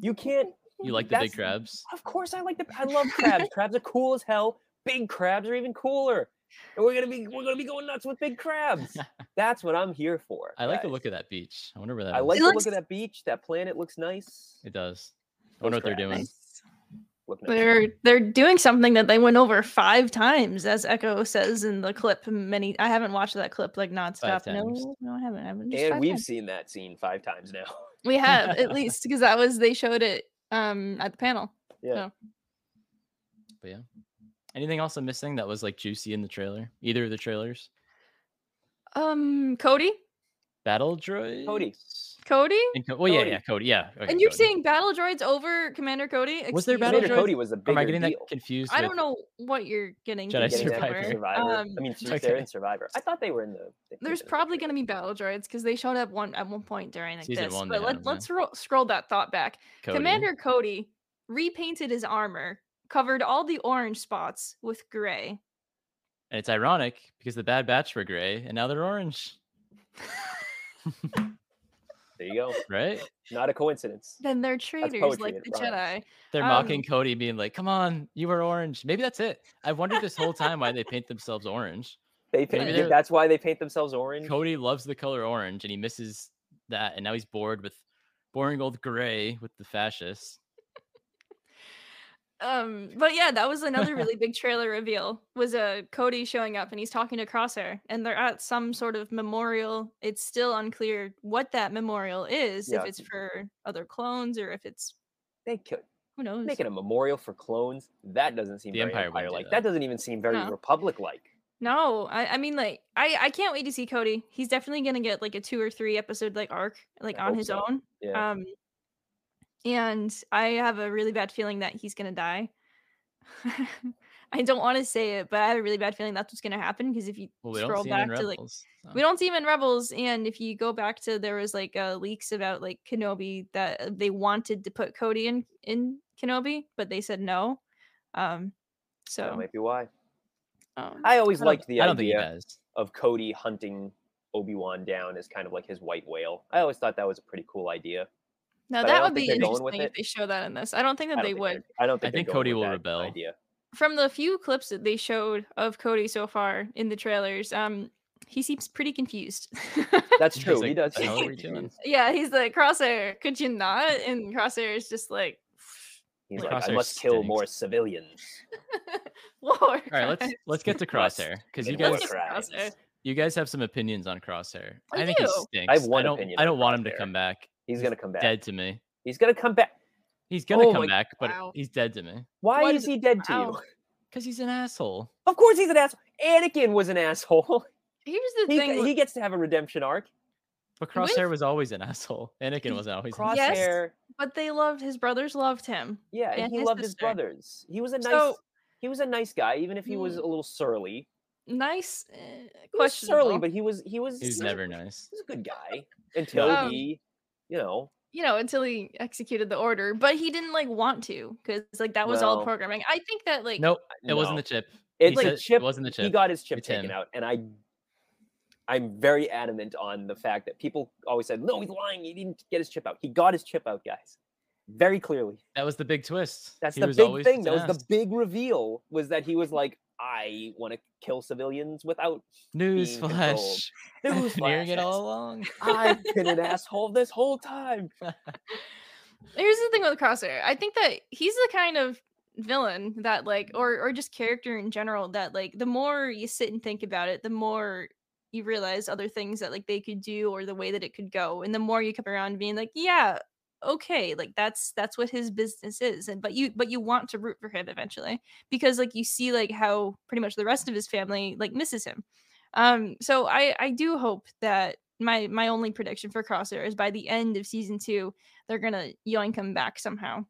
You can't You like the that's- big crabs? Of course I like the I love crabs. crabs are cool as hell. Big crabs are even cooler. And we're gonna be we're gonna be going nuts with big crabs. That's what I'm here for. I like the guys. look of that beach. I wonder where that. I is. like It the looks- look of that beach. That planet looks nice. It does. I wonder Those what they're doing. crabs Look nice. They're they're doing something that they went over five times, as Echo says in the clip. Many I haven't watched that clip like nonstop. times. No, no, I haven't. I haven't. Just And five we've times. seen that scene five times now. we have at least because that was they showed it um at the panel. Yeah. But yeah. Anything else I'm missing that was like juicy in the trailer? Either of the trailers? Um, Cody, Battle droid. Cody. Cody, And Co- well, yeah, Cody. yeah, Cody. Yeah. okay, and you're Cody. saying battle droids over Commander Cody? Was there Excuse Battle me? Commander Cody was the Or bigger am I getting deal. that confused? I with- don't know what you're getting. Jedi confused Getting that Survivor. for over. Survivor. Um, I mean, okay. they're in Survivor. I thought they were in the. they There's came in the probably going to trailer. be battle droids because they showed up one at one point during like Season this. one they but had let, them, yeah. let's ro- scroll that thought back. Cody. Commander Cody repainted his armor, covered all the orange spots with gray. And it's ironic because the Bad Batch were gray and now they're orange, There you go. right? Not a coincidence. Then they're traitors poetry, like it the Jedi. rhymes. They're Um, mocking Cody, being like, "Come on, you were orange." Maybe that's it. I've wondered this whole time why they paint themselves orange. They Maybe paint, they're- that's why they paint themselves orange. Cody loves the color orange, and he misses that, and now he's bored with boring old gray with the fascists. Um, but yeah, that was another really big trailer reveal was uh, Cody showing up and he's talking to Crosshair and they're at some sort of memorial. It's still unclear what that memorial is, Yeah. if it's for other clones or if it's They could who knows. making a memorial for clones. That doesn't seem The very Empire wouldn't empire do like. that. That doesn't even seem very No. republic like. No, I, I mean like I I can't wait to see Cody. He's definitely gonna get like a two or three episode like arc like I on hope his so. own. Yeah. Um, and I have a really bad feeling that he's gonna die. I don't want to say it, but I have a really bad feeling that's what's going to happen because if you Well, we don't scroll see him back in to like Rebels. so. we don't see him in Rebels, and if you go back to there was like uh, leaks about like Kenobi that uh, they wanted to put Cody in in Kenobi, but they said no. Um, That so might be why. um, I always I don't- liked the I don't think he idea does. of Cody hunting Obi Wan down as kind of like his white whale. I always thought that was a pretty cool idea. now but I that don't think would be they're going with interesting if it. they show that in this. I don't think that I don't they think would. they're- I don't think. I they're think going Cody with will that rebel. Idea. from the few clips that they showed of Cody so far in the trailers, um, he seems pretty confused. That's He's true. like, he does. "The hell seem are we doing?" confused. yeah, he's like Crosshair, could you not? And Crosshair is just like, He's The like, I crosshair must kill stinks. more civilians. Lord. All right, let's let's get to Must Crosshair because you minimize guys Let's get to crimes. Crosshair. you guys have some opinions on Crosshair. I think he do. stinks. I have one don't opinion I on don't want him to Crosshair. come back. He's gonna come back. Dead to me. He's gonna come back. He's gonna Oh come my- back, but Wow. he's dead to me Why What is is- he dead to you? Wow. because he's an asshole. Of course he's an asshole. Anakin was an asshole. Here's the He, thing. he gets to have a redemption arc. But When- Crosshair was always an asshole. Anakin was always an asshole. Yes. Crosshair. But they loved his brothers loved him. Yeah, and, and he his loved his sister. brothers. He was a nice. So- Hmm. he was a nice guy, even if he was a little surly. Nice uh, He was surly, question. but he was he was He was he never a, nice. He was a good guy until Um, he, you know, you know, until he executed the order. But he didn't like want to because like that was all No. programming. I think that like Nope, it wasn't no. the chip. He It's said a chip. It wasn't the chip. He got his chip It's taken him. out, and I, I'm very adamant on the fact that people always said, "No, he's lying. He didn't get his chip out. He got his chip out, guys." Very clearly. that was the big twist. That's He the was big always thing. an That was the ass. big reveal. Was that he was like, "I want to kill civilians without news being controlled. flash. I've been newsflash, hearing it all guys. along. I've been an asshole this whole time." Here's the thing with Crosshair. I think that he's the kind of villain that like or or just character in general that like the more you sit and think about it, the more you realize other things that like they could do or the way that it could go. And the more you come around being like, yeah, okay, like that's that's what his business is. And but you but you want to root for him eventually because like you see like how pretty much the rest of his family like misses him. Um so I I do hope that my my only prediction for Crosshair is by the end of season 2 they're gonna yoink him back somehow.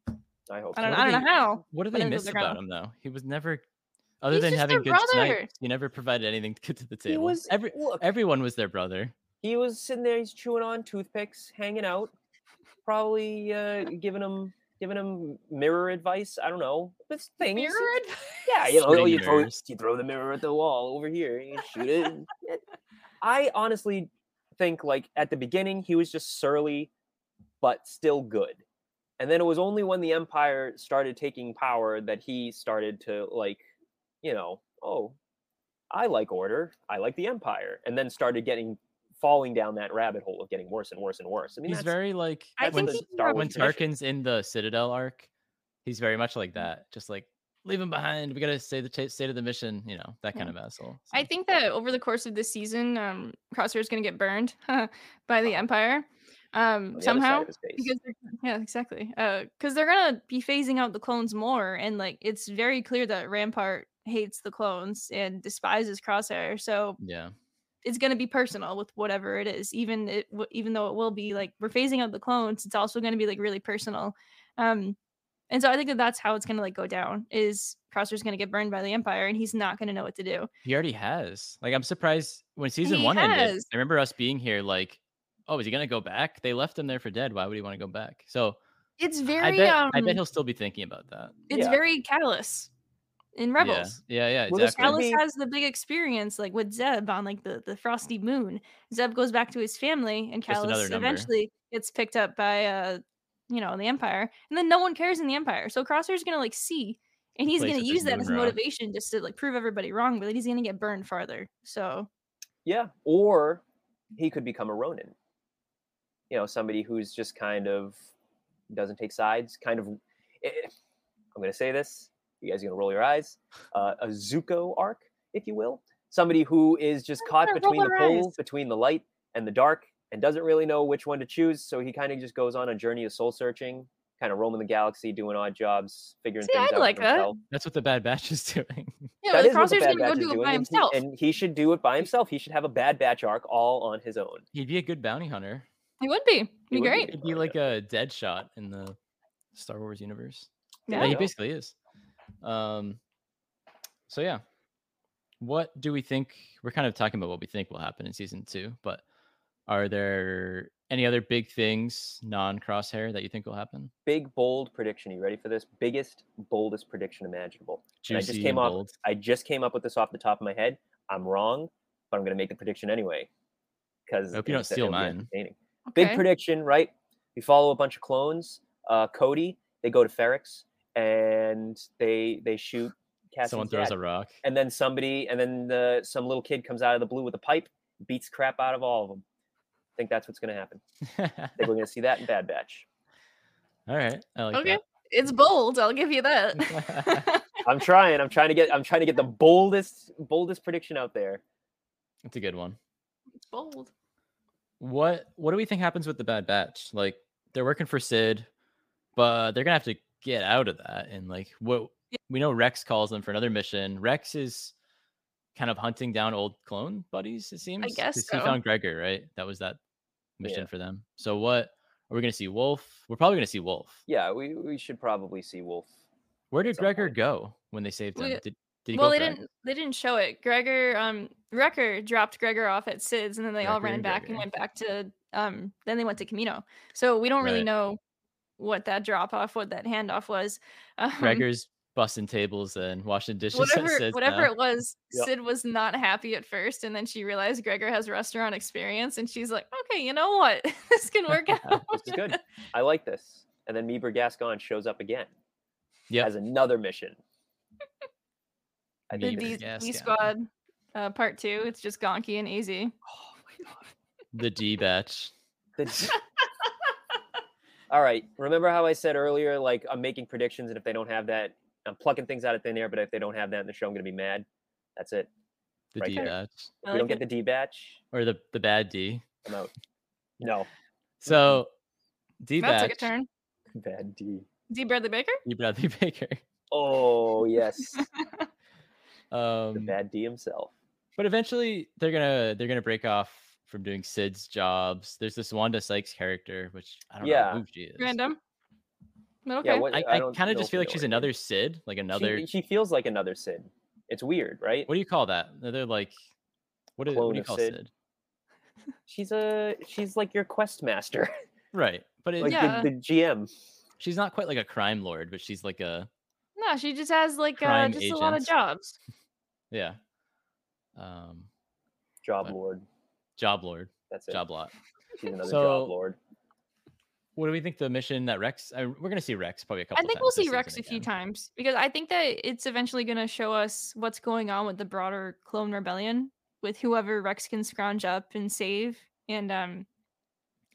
I hope. I don't, so. What do I don't they- know how. What do But they it miss was around. about him though? He was never, other He's than just having their good brother. snipes, he never provided anything to get to the table. He was Every look. everyone was their brother. he was sitting there. He's chewing on toothpicks, hanging out, probably uh, giving him giving him mirror advice. I don't know. It's things. Mirror it's- advice? Yeah, you know, Spinning you throw, mirrors. you throw the mirror at the wall over here and you shoot it. and- yeah. I honestly think, like, at the beginning, he was just surly, but still good. And then it was only when the Empire started taking power that he started to, like, you know, oh, I like order. I like the Empire. And then started getting, falling down that rabbit hole of getting worse and worse and worse. I mean, He's that's- very like I that's when, think the he Star grew Wars when tradition. Tarkin's in the Citadel arc, he's very much like that. Just like leave him behind. We gotta say the ta state of the mission. You know that kind Yeah. of asshole. I so. think that over the course of this season, um, Crosshair's gonna get burned by the Uh-huh. Empire um, on the other side somehow. of his face. Because they're, yeah, exactly. Because they're gonna be phasing out the clones more, and like it's very clear that Rampart hates the clones and despises Crosshair. So Yeah, it's going to be personal with whatever it is even it w- even though it will be like we're phasing out the clones it's also going to be like really personal um and so i think that that's how it's going to like go down is crosshair's going to get burned by the empire and he's not going to know what to do he already has. Like I'm surprised when season He one ended. has. I remember us being here. Like, oh, is he gonna go back? They left him there for dead. Why would he want to go back? So it's I very bet um I bet he'll still be thinking about that. it's Yeah. very callous in rebels Yeah, yeah, yeah Well, this exactly. Could Alice be- has the big experience, like with Zeb on like the, the frosty moon. Zeb goes back to his family, and Just another Callus number. eventually gets picked up by uh, you know, the Empire, and then no one cares in the Empire. So Crosshair's gonna like see, and he's plays gonna with his use that moon as rock. motivation just to like prove everybody wrong, but then he's gonna get burned farther. So Yeah, or he could become a Ronin. You know, somebody who's just kind of doesn't take sides. Kind of, eh, I'm going to say this. You guys are going to roll your eyes. Uh, a Zuko arc, if you will. Somebody who is just I'm caught gonna between roll the our pole, eyes. between the light and the dark, and doesn't really know which one to choose. So he kind of just goes on a journey of soul searching, kind of roaming the galaxy, doing odd jobs, figuring See, things I'd out like for that. himself. That's what the Bad Batch is doing. yeah, That the is what the Crosshair's Bad Batch gonna go is do it doing, by and he- himself. and he should do it by himself. He should have a Bad Batch arc all on his own. He'd be a good bounty hunter. He would be, be would be. great. He'd be like a dead shot in the Star Wars universe. Yeah. Yeah, he Yeah. basically is. Um, so yeah what do we think we're kind of talking about what we think will happen in season two but are there any other big things non-crosshair that you think will happen Big bold prediction. You ready for this? Biggest, boldest prediction imaginable. And I just came off- bold. I just came up with this off the top of my head. I'm wrong, but I'm gonna make the prediction anyway. Because Hope you don't steal mine. Big prediction, right? We follow a bunch of clones. Uh, Cody, they go to Ferrex and they they shoot Cassidy's someone throws dad. a rock and then somebody and then the, some little kid comes out of the blue with a pipe, beats crap out of all of them. I think that's what's gonna happen. I think we're gonna see that in Bad Batch. all right i like Okay. It's bold, I'll give you that that. I'm trying. I'm trying to get. I'm trying to get the boldest, boldest prediction out there. that's a good one it's bold. what what do we think happens with the bad batch like they're working for sid but they're gonna have to get out of that and like what we know rex calls them for another mission rex is kind of hunting down old clone buddies it seems 'cause guess he so. found gregor right that was that mission Yeah. for them so what are we gonna see wolf we're probably gonna see wolf Yeah, we we should probably see Wolf. where did some point. gregor go when they saved him We- did, did he go well, they with Rex? didn't. They didn't show it. Gregor, um, Wrecker dropped Gregor off at Sid's, and then they all Wrecker ran and back Gregor. and went back to. Um, then they went to Camino. So we don't really Right. know what that drop off, what that handoff was. Um, gregor's busting tables and washing dishes at whatever, Sid's whatever now. it was, Yep. Sid was not happy at first, and then she realized Gregor has restaurant experience, and she's like, "Okay, you know what? this can work out. This is good. I like this. And then Meber Gascon shows up again Yep. as another mission. I the think Meeber this- D, D Gascon. Squad, uh, part two. It's just Gonky and AZ. Oh my God. the d batch The d- All right. Remember how I said earlier, like I'm making predictions, and if they don't have that, I'm plucking things out of thin air. But if they don't have that in the show, I'm gonna be mad. That's it. the Right d there. batch If I we don't like get the D batch, or the the bad d I'm out. No, So D That took a batch, turn. bad D. D Bradley Baker. D Bradley Baker. Oh yes, the Um, bad D himself. but eventually they're gonna they're gonna break off from doing Sid's jobs. There's this Wanda Sykes character, which I don't Yeah. know who she is. Random. But okay. Yeah, what, I, I, don't kind of know just if feel we like know she's her name. another Sid, like She- another. She, feels like another Sid. It's weird, right? what do you call that? They're like, what, is, what Clone do you of call Sid? Sid. She's a she's like your quest master, Right, but it, like Yeah. the, the GM. she's not quite like a crime lord, but she's like a no, she just has like uh, Crime just a lot of agents. jobs. yeah, um, Job But- lord. job lord, That's it. job lot. She's another So- job lord. What do we think the mission that Rex? I, we're gonna see Rex probably a couple. I think times we'll this see season Rex a few again. times because I think that it's eventually going to show us what's going on with the broader clone rebellion with whoever Rex can scrounge up and save. And um,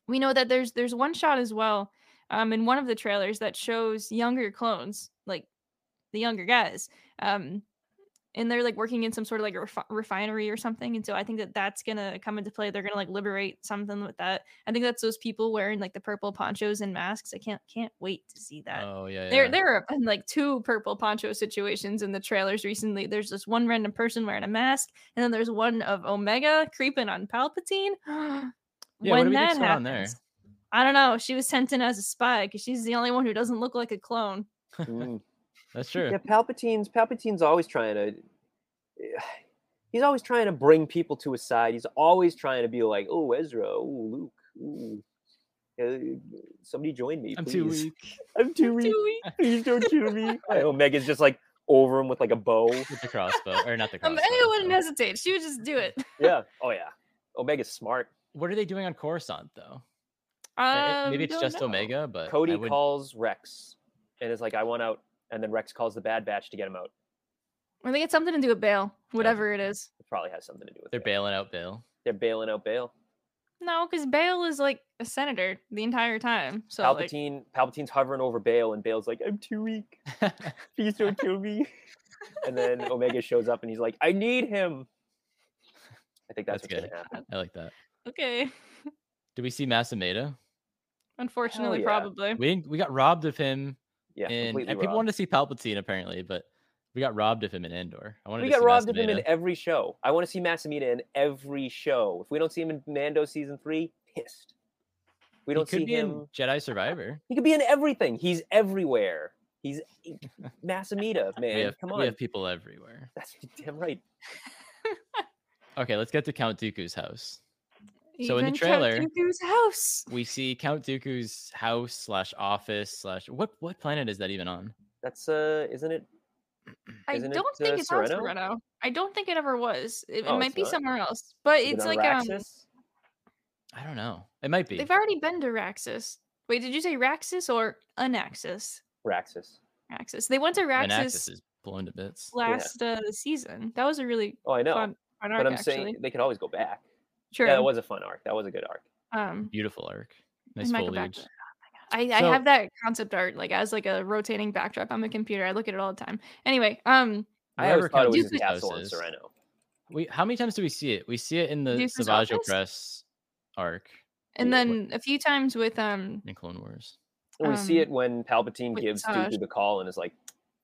we know that there's there's one shot as well um, in one of the trailers that shows younger clones, like the younger guys, um, and they're like working in some sort of like refi- refinery or something. And so I think that that's gonna come into play. They're gonna like liberate something with that. I think that's those people wearing like the purple ponchos and masks. I can't can't wait to see that. Oh yeah, yeah. There, there have been like two purple poncho situations in the trailers recently. There's this one random person wearing a mask, and then there's one of Omega creeping on Palpatine. Yeah, what do we think's going on there? I don't know. She was sent in as a spy because she's the only one who doesn't look like a clone. Mm. that's true. Yeah, Palpatine's Palpatine's always trying to. eh, He's always trying to bring people to his side. He's always trying to be like, "Oh, Ezra, oh, Luke, ooh, uh, somebody join me, I'm please. too weak. I'm too weak. Dewey. Please don't kill me." And Omega's just like over him with like a bow. with the crossbow or not the crossbow. Omega wouldn't uh, hesitate. She would just do it. Yeah. Oh yeah. Omega's smart. What are they doing on Coruscant though? Uh, Um, Maybe it's don't just know. Omega, but Cody I would, calls Rex and is like, "I want out," and then Rex calls the Bad Batch to get him out. I think it's something to do with Bail, whatever it is. It probably has something to do with they're it. bailing out Bill. They're bailing out Bail. No, because Bail is like a senator the entire time. So like, Palpatine. Palpatine's hovering over Bail, and Bail's like, "I'm too weak. Please don't kill me." and then Omega shows up, and he's like, "I need him." I think that's, That's what's good. gonna happen. I like that. okay. Did we see Masameda? Unfortunately, yeah. probably. We didn't, we got robbed of him Yeah, in. completely And people robbed. wanted to see Palpatine apparently, but we got robbed of him in Endor. I wanted we to got see robbed of him in Masameda. every show. I want to see Massamita in every show. If we don't see him in Mando season three, pissed. We don't he could see be him. in Jedi Survivor. He could be in everything. He's everywhere. He's Massamita, man. we have Come we on. have people everywhere. That's damn right. Okay, let's get to Count Dooku's house. So in the trailer- Dooku's house. We see Count Dooku's house slash office slash what what planet is that even on? That's uh isn't it I Isn't it, don't think uh, it's on Sereno? Sereno. I don't think it ever was. It, it Oh, it's might be not? somewhere else, but Is it it's on like um, Araxis? I don't know. It might be. they've already been to Raxus. Wait, did you say Raxus or Anaxis? Raxus. Raxus. They went to Anaxis Raxus is blown to bits. last uh, season. That was a really Oh, I know. fun, fun arc, but I'm actually. saying they could always go back. True. Yeah, that was a fun arc. That was a good arc. um, Beautiful arc. I Nice might go back foliage. to that. Oh my God. I, I have that concept art like as like a rotating backdrop on my computer. I look at it all the time. Anyway, um, I always Wherever thought it Count was Dooku's his castle house in is, Sereno. We how many times do we see it? We see it in the Dooku's Savage office? Press arc and Wh- then a few times with um, in Clone Wars. And we see um, it when Palpatine with gives Saj. Dooku the call and is like,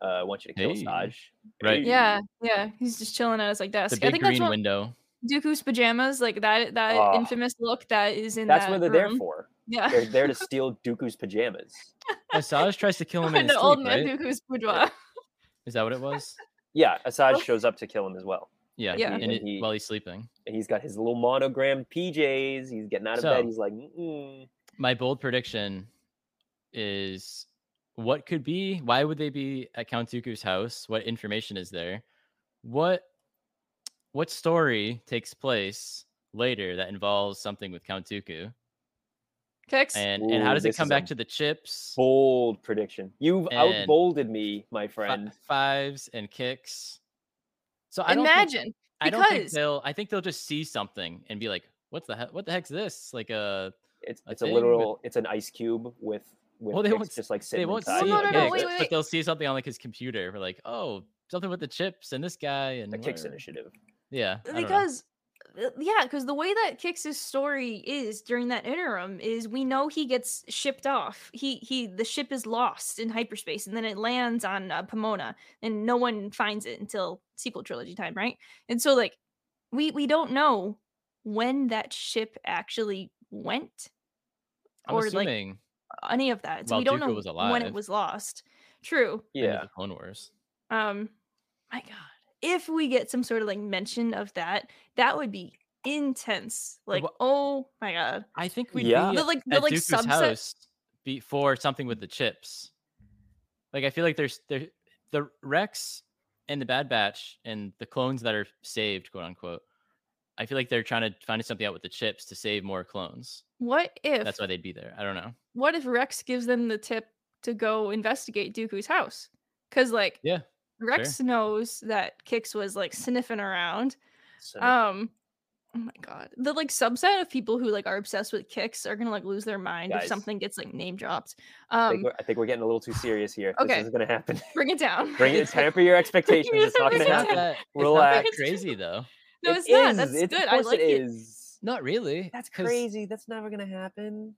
uh, I want you to kill Hey. Saj. Right. Hey. yeah, yeah, he's just chilling at us like that. The I big think that's green one window. Dooku's pajamas, like that that Ah. infamous look that is in That's that what they're there room. for. Yeah, They're there to steal Dooku's pajamas. Asajj tries to kill him in in his the old sleep, man right? Dooku's boudoir. Is that what it was? Yeah, Asajj Oh. shows up to kill him as well. Yeah. Yeah. And And it, he- while he's sleeping. And he's got his little monogram PJs. He's getting out of So- bed. He's like, mm My bold prediction is what could be, why would they be at Count Dooku's house? What information is there? What what story takes place later that involves something with Count Dooku? Kicks. And and how Ooh, does it this come is back a to the chips, bold prediction. You've And- outbolded me, my fi- friend. fives and kicks? So I don't think- Imagine I don't think because- they'll I think they'll just see something and be like, what the heck what the heck's this? Like uh It's a it's a thing with- literal. It's an ice cube with with Well, they Hicks won't s- just like sitting they won't see inside. No, no, it, no, but- wait, but, wait. they'll see something on like his computer. We're like, oh, something with the chips and this guy and The Kicks whatever." initiative. Yeah, I don't know. because uh, yeah because the way that Kix's story is during that interim is we know he gets shipped off he he the ship is lost in hyperspace and then it lands on uh, pomona and no one finds it until sequel trilogy time right and so like we we don't know when that ship actually went I'm or, like, assuming any of that so While we don't Dooku know was when it alive. was lost true end of Yeah, the Clone Wars. um my god if we get some sort of like mention of that that would be intense like wha- oh my god I think we'd Yeah. be the like the at like Dooku's subset house before something with the chips. Like I feel like there's there the Rex and the Bad Batch and the clones that are saved, quote unquote. I feel like they're trying to find something out with the chips to save more clones. what if That's why they'd be there. I don't know. what if rex gives them the tip to go investigate dooku's house because like Yeah, rex knows that kix was like sniffing around so um oh my god the like subset of people who like are obsessed with kicks are gonna like lose their mind if Guys. something gets like name dropped I, um think we're, I think we're getting a little too serious here. okay. This is gonna happen. bring it down Bring it. Temper your expectations. It's not gonna It's not happen. that, it's not that Relax. crazy though. no It it's not is, that's it's- good Of i course like it it is. Not really. That's 'cause- crazy. That's never gonna happen.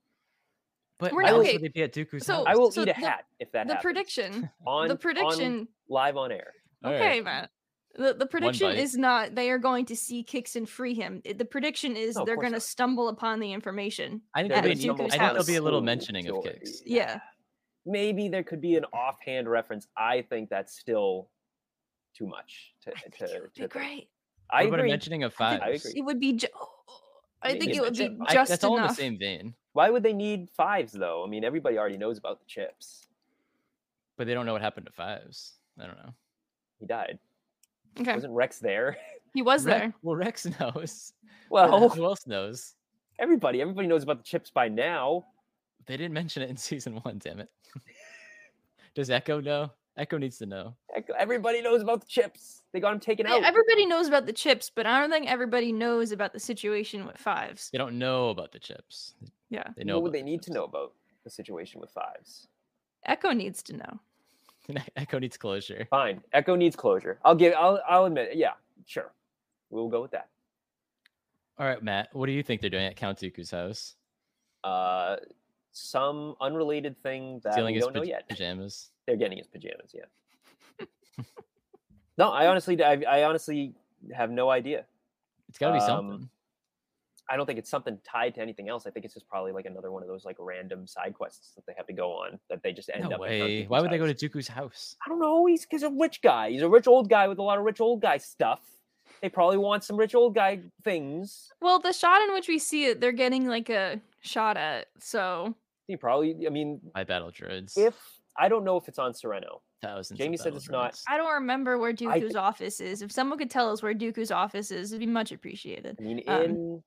But We're why not- else okay, would they be at Dooku's so- house? I will so eat a the- hat if that the happens. prediction on the on- prediction live on air. All right. okay matt the, the prediction bite. is not they are going to see kicks and free him It- the prediction is No, Oh, of they're course going to not. stumble upon the information I think At there'll be, a an e- I Dooku's think there'll be a little house. mentioning of Story. kicks. yeah Maybe there could be an offhand reference. I think that's still too much to i think to, it would to be great I what about a agree. mentioning of I five? think I agree. it would be ju- i Maybe think a it would be mention. I- just that's all enough in the same vein, Why would they need fives though? I mean, everybody already knows about the chips. but they don't know what happened to fives. I don't know. He died. okay Wasn't Rex there? he was Rex- there Oh. Well, Rex knows. Who the- Well, who else knows? everybody, everybody knows about the chips by now. They didn't mention it in season one. Damn it. Does Echo know? Echo needs to know. Ec- Everybody knows about the chips. They got him taken I- out. everybody knows about the chips but i don't think everybody knows about the situation with fives They don't know about the chips. yeah They know. what would about they the need to chips. know about the situation with fives? echo needs to know Echo needs closure. Fine. Echo needs closure. I'll give. I'll. I'll admit. it. Yeah. Sure. We'll go with that. All right, Matt. What do you think they're doing at Count Dooku's house? Uh, some unrelated thing that we Stealing his don't know paj- yet. pajamas. They're getting his pajamas. Yeah. no, I honestly, I, I honestly have no idea. It's got to be Um, something. I don't think it's something tied to anything else. I think it's just probably like another one of those like random side quests that they have to go on that they just end No up. in other way. people's Why would they go houses. to Dooku's house? I don't know. He's because a rich guy. He's a rich old guy with a lot of rich old guy stuff. They probably want some rich old guy things. Well, the shot in which we see it, they're getting like a shot at. So He probably. I mean, My battle druids. if I don't know if it's on Sereno, thousands. Jamie of said battle it's not. droids. I don't remember where Dooku's think- office is. If someone could tell us where Dooku's office is, it'd be much appreciated. I mean, Um, in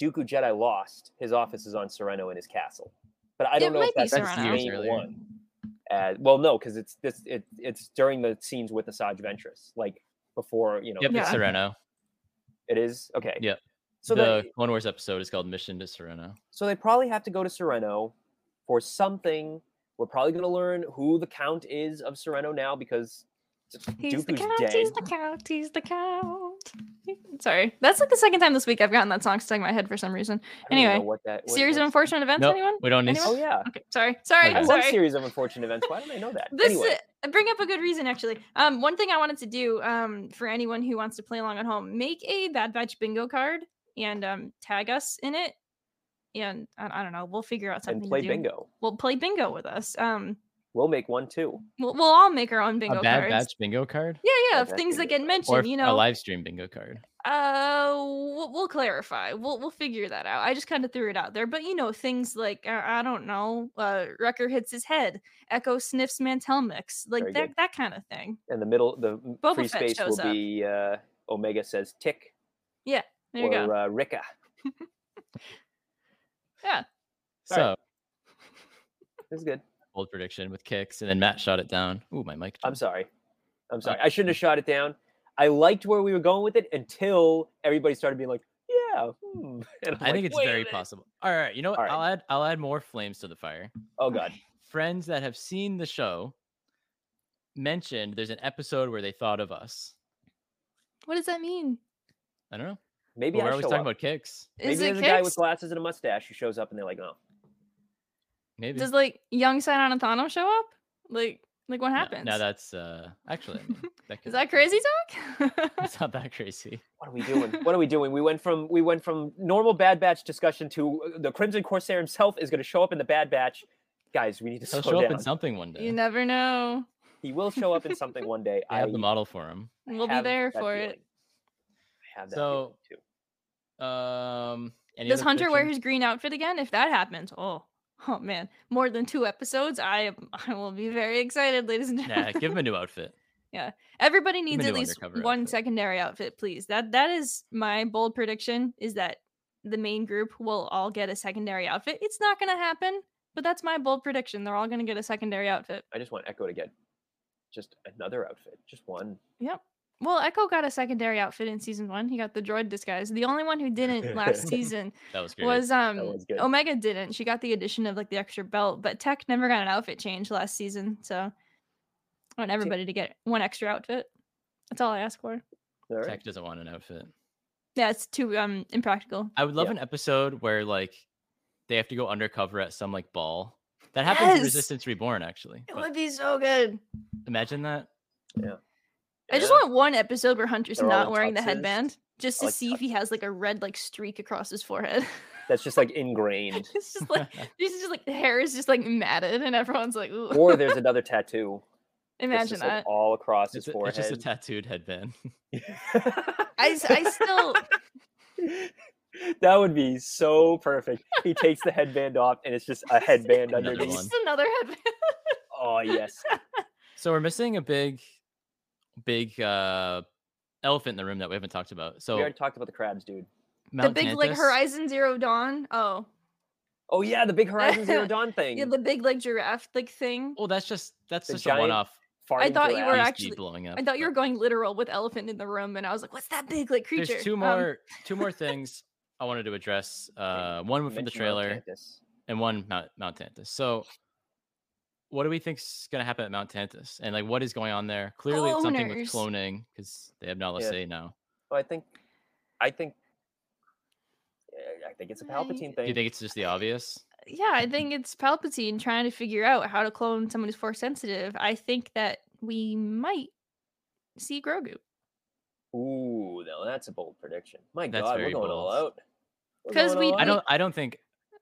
Dooku Jedi Lost, his office is on Sereno in his castle, but I don't It know if might be that's the Sereno. years main earlier. one. Uh, well, no, because it's this. It, it's during the scenes with Asajj Ventress, like before you know. Yep, it's Yeah. Sereno. It is okay. Yep. So the they, Clone Wars episode is called Mission to Sereno. so they probably have to go to Sereno for something. We're probably going to learn who the Count is of Sereno now because He's the Dooku's count. dead. He's the count. He's the count. Sorry, that's like the second time this week I've gotten that song stuck in my head for some reason. I don't even know Anyway, what that what- Series of what's- unfortunate events. Nope, Anyone? we don't need. Oh Anyone? yeah, Okay, sorry, sorry, Okay. I love sorry. Series of Unfortunate Events. Why don't I know that? This anyway, uh, bring up a good reason actually. Um, one thing I wanted to do um for anyone who wants to play along at home, make a Bad Batch bingo card and um tag us in it, and I, I don't know, we'll figure out something. and play to do. bingo. We'll play bingo with us. Um, We'll make one too. we'll, we'll all make our own bingo a bad cards. batch bingo card, Yeah, yeah, Bad of Batch things that bingo get or mentioned. You a know, live stream bingo card. uh, we'll, we'll clarify. We'll we'll figure that out. I just kind of threw it out there, but you know, things like uh, I don't know, uh, Wrecker hits his head, Echo sniffs Mantelmix, Very like that good. that kind of thing. And the middle, the m- Boba free Fett space shows will up. be uh, Omega says tick There you or go. Uh, Rika. So Alright. This is good. bold prediction with kicks, and then Matt shot it down. Ooh, my mic. I'm jumped. sorry. I'm sorry. Oh. I shouldn't have shot it down. I liked where we were going with it until everybody started being like, "Yeah." hmm," and I'm I think like, it's "Wait a very minute." possible. All right, you know what? Alright. I'll add. I'll add more flames to the fire. Oh god. Friends that have seen the show mentioned there's an episode where they thought of us. What does that mean? I don't know. Maybe But we're I always show talking up. about kicks. Maybe Is there's it a guy with kicks? glasses and a mustache who shows up, and they're like, "Oh, Maybe. Does like young Sinon and Thano show up? Like like what No- happens? Now that's uh actually I mean, Is could- that crazy talk? It's not that crazy. what are we doing? What are we doing?" We went from we went from normal Bad Batch discussion to uh, the Crimson Corsair himself is going to show up in the Bad Batch. Guys, we need to He'll slow show up down. in something one day. you never know. he will show up in something one day. I have the model for him. We'll be have there that for feeling. it. I have that feeling So- too. Um. any Does other Hunter wear predictions? his green outfit again? If that happens, oh, oh man, more than two episodes, I am- I will be very excited, ladies and Nah, gentlemen. give him a new outfit. Everybody a needs at new least undercover one outfit. secondary outfit, please. That that is my bold prediction: is that the main group will all get a secondary outfit. It's not going to happen, but that's my bold prediction. They're all going to get a secondary outfit. I just want Echo to get just another outfit, just one. Yep. Well, Echo got a secondary outfit in season one. He got the droid disguise. The only one who didn't last season That was great. was um Mm, was oh, good. Omega didn't. She got the addition of like the extra belt, but Tech never got an outfit change last season. So I want everybody to get one extra outfit. That's all I ask for. All right. Tech doesn't want an outfit. Yeah, it's too um impractical. I would love Yeah. an episode where like they have to go undercover at some like ball. That happened in Yes! Resistance Reborn actually. It but would be so good. imagine that. I just Yeah. want one episode where Hunter's They're all not in wearing the tuxes. headband just I to like see if he has like a red like streak across his forehead. that's just like ingrained. it's just like this is just like the hair is just like matted and everyone's like Ooh. or there's another tattoo. that's imagine just, like, that. all across his It's, a- forehead. it's just a tattooed headband. I, s- I still that would be so perfect. He takes the headband off, and it's just a headband Another underneath. one. just another headband. Oh yes, so we're missing a big, big uh elephant in the room that we haven't talked about. So we already talked about the crabs, dude. the Mount big like Tantus- Horizon Zero Dawn. Oh, Oh yeah, the big Horizon Zero Dawn thing. yeah, the big like giraffe like thing. Well, that's just that's The just giant a one-off. Farting I thought you were giraffe. beast actually- blowing up. I thought you but- were going literal with elephant in the room, and I was like, "What's that big like creature?" There's two Um, more two more things I wanted to address. Uh, one You from the mentioned Mount trailer Tantus. and one Mount Mount Tantus. So, what do we think's going to happen at Mount Tantus? And like, what is going on there? Clearly, it's something with Cloners. cloning because they have Nala Yeah. say now. Well, I think, I think, yeah, I think it's a I- Palpatine Do thing. you think it's just the obvious? yeah, I think it's Palpatine trying to figure out how to clone someone who's force sensitive. I think that we might see Grogu. Ooh, no, that's a bold prediction. My That's God, we're very going all bold. out. What's 'Cause going we- on? I don't. I don't think.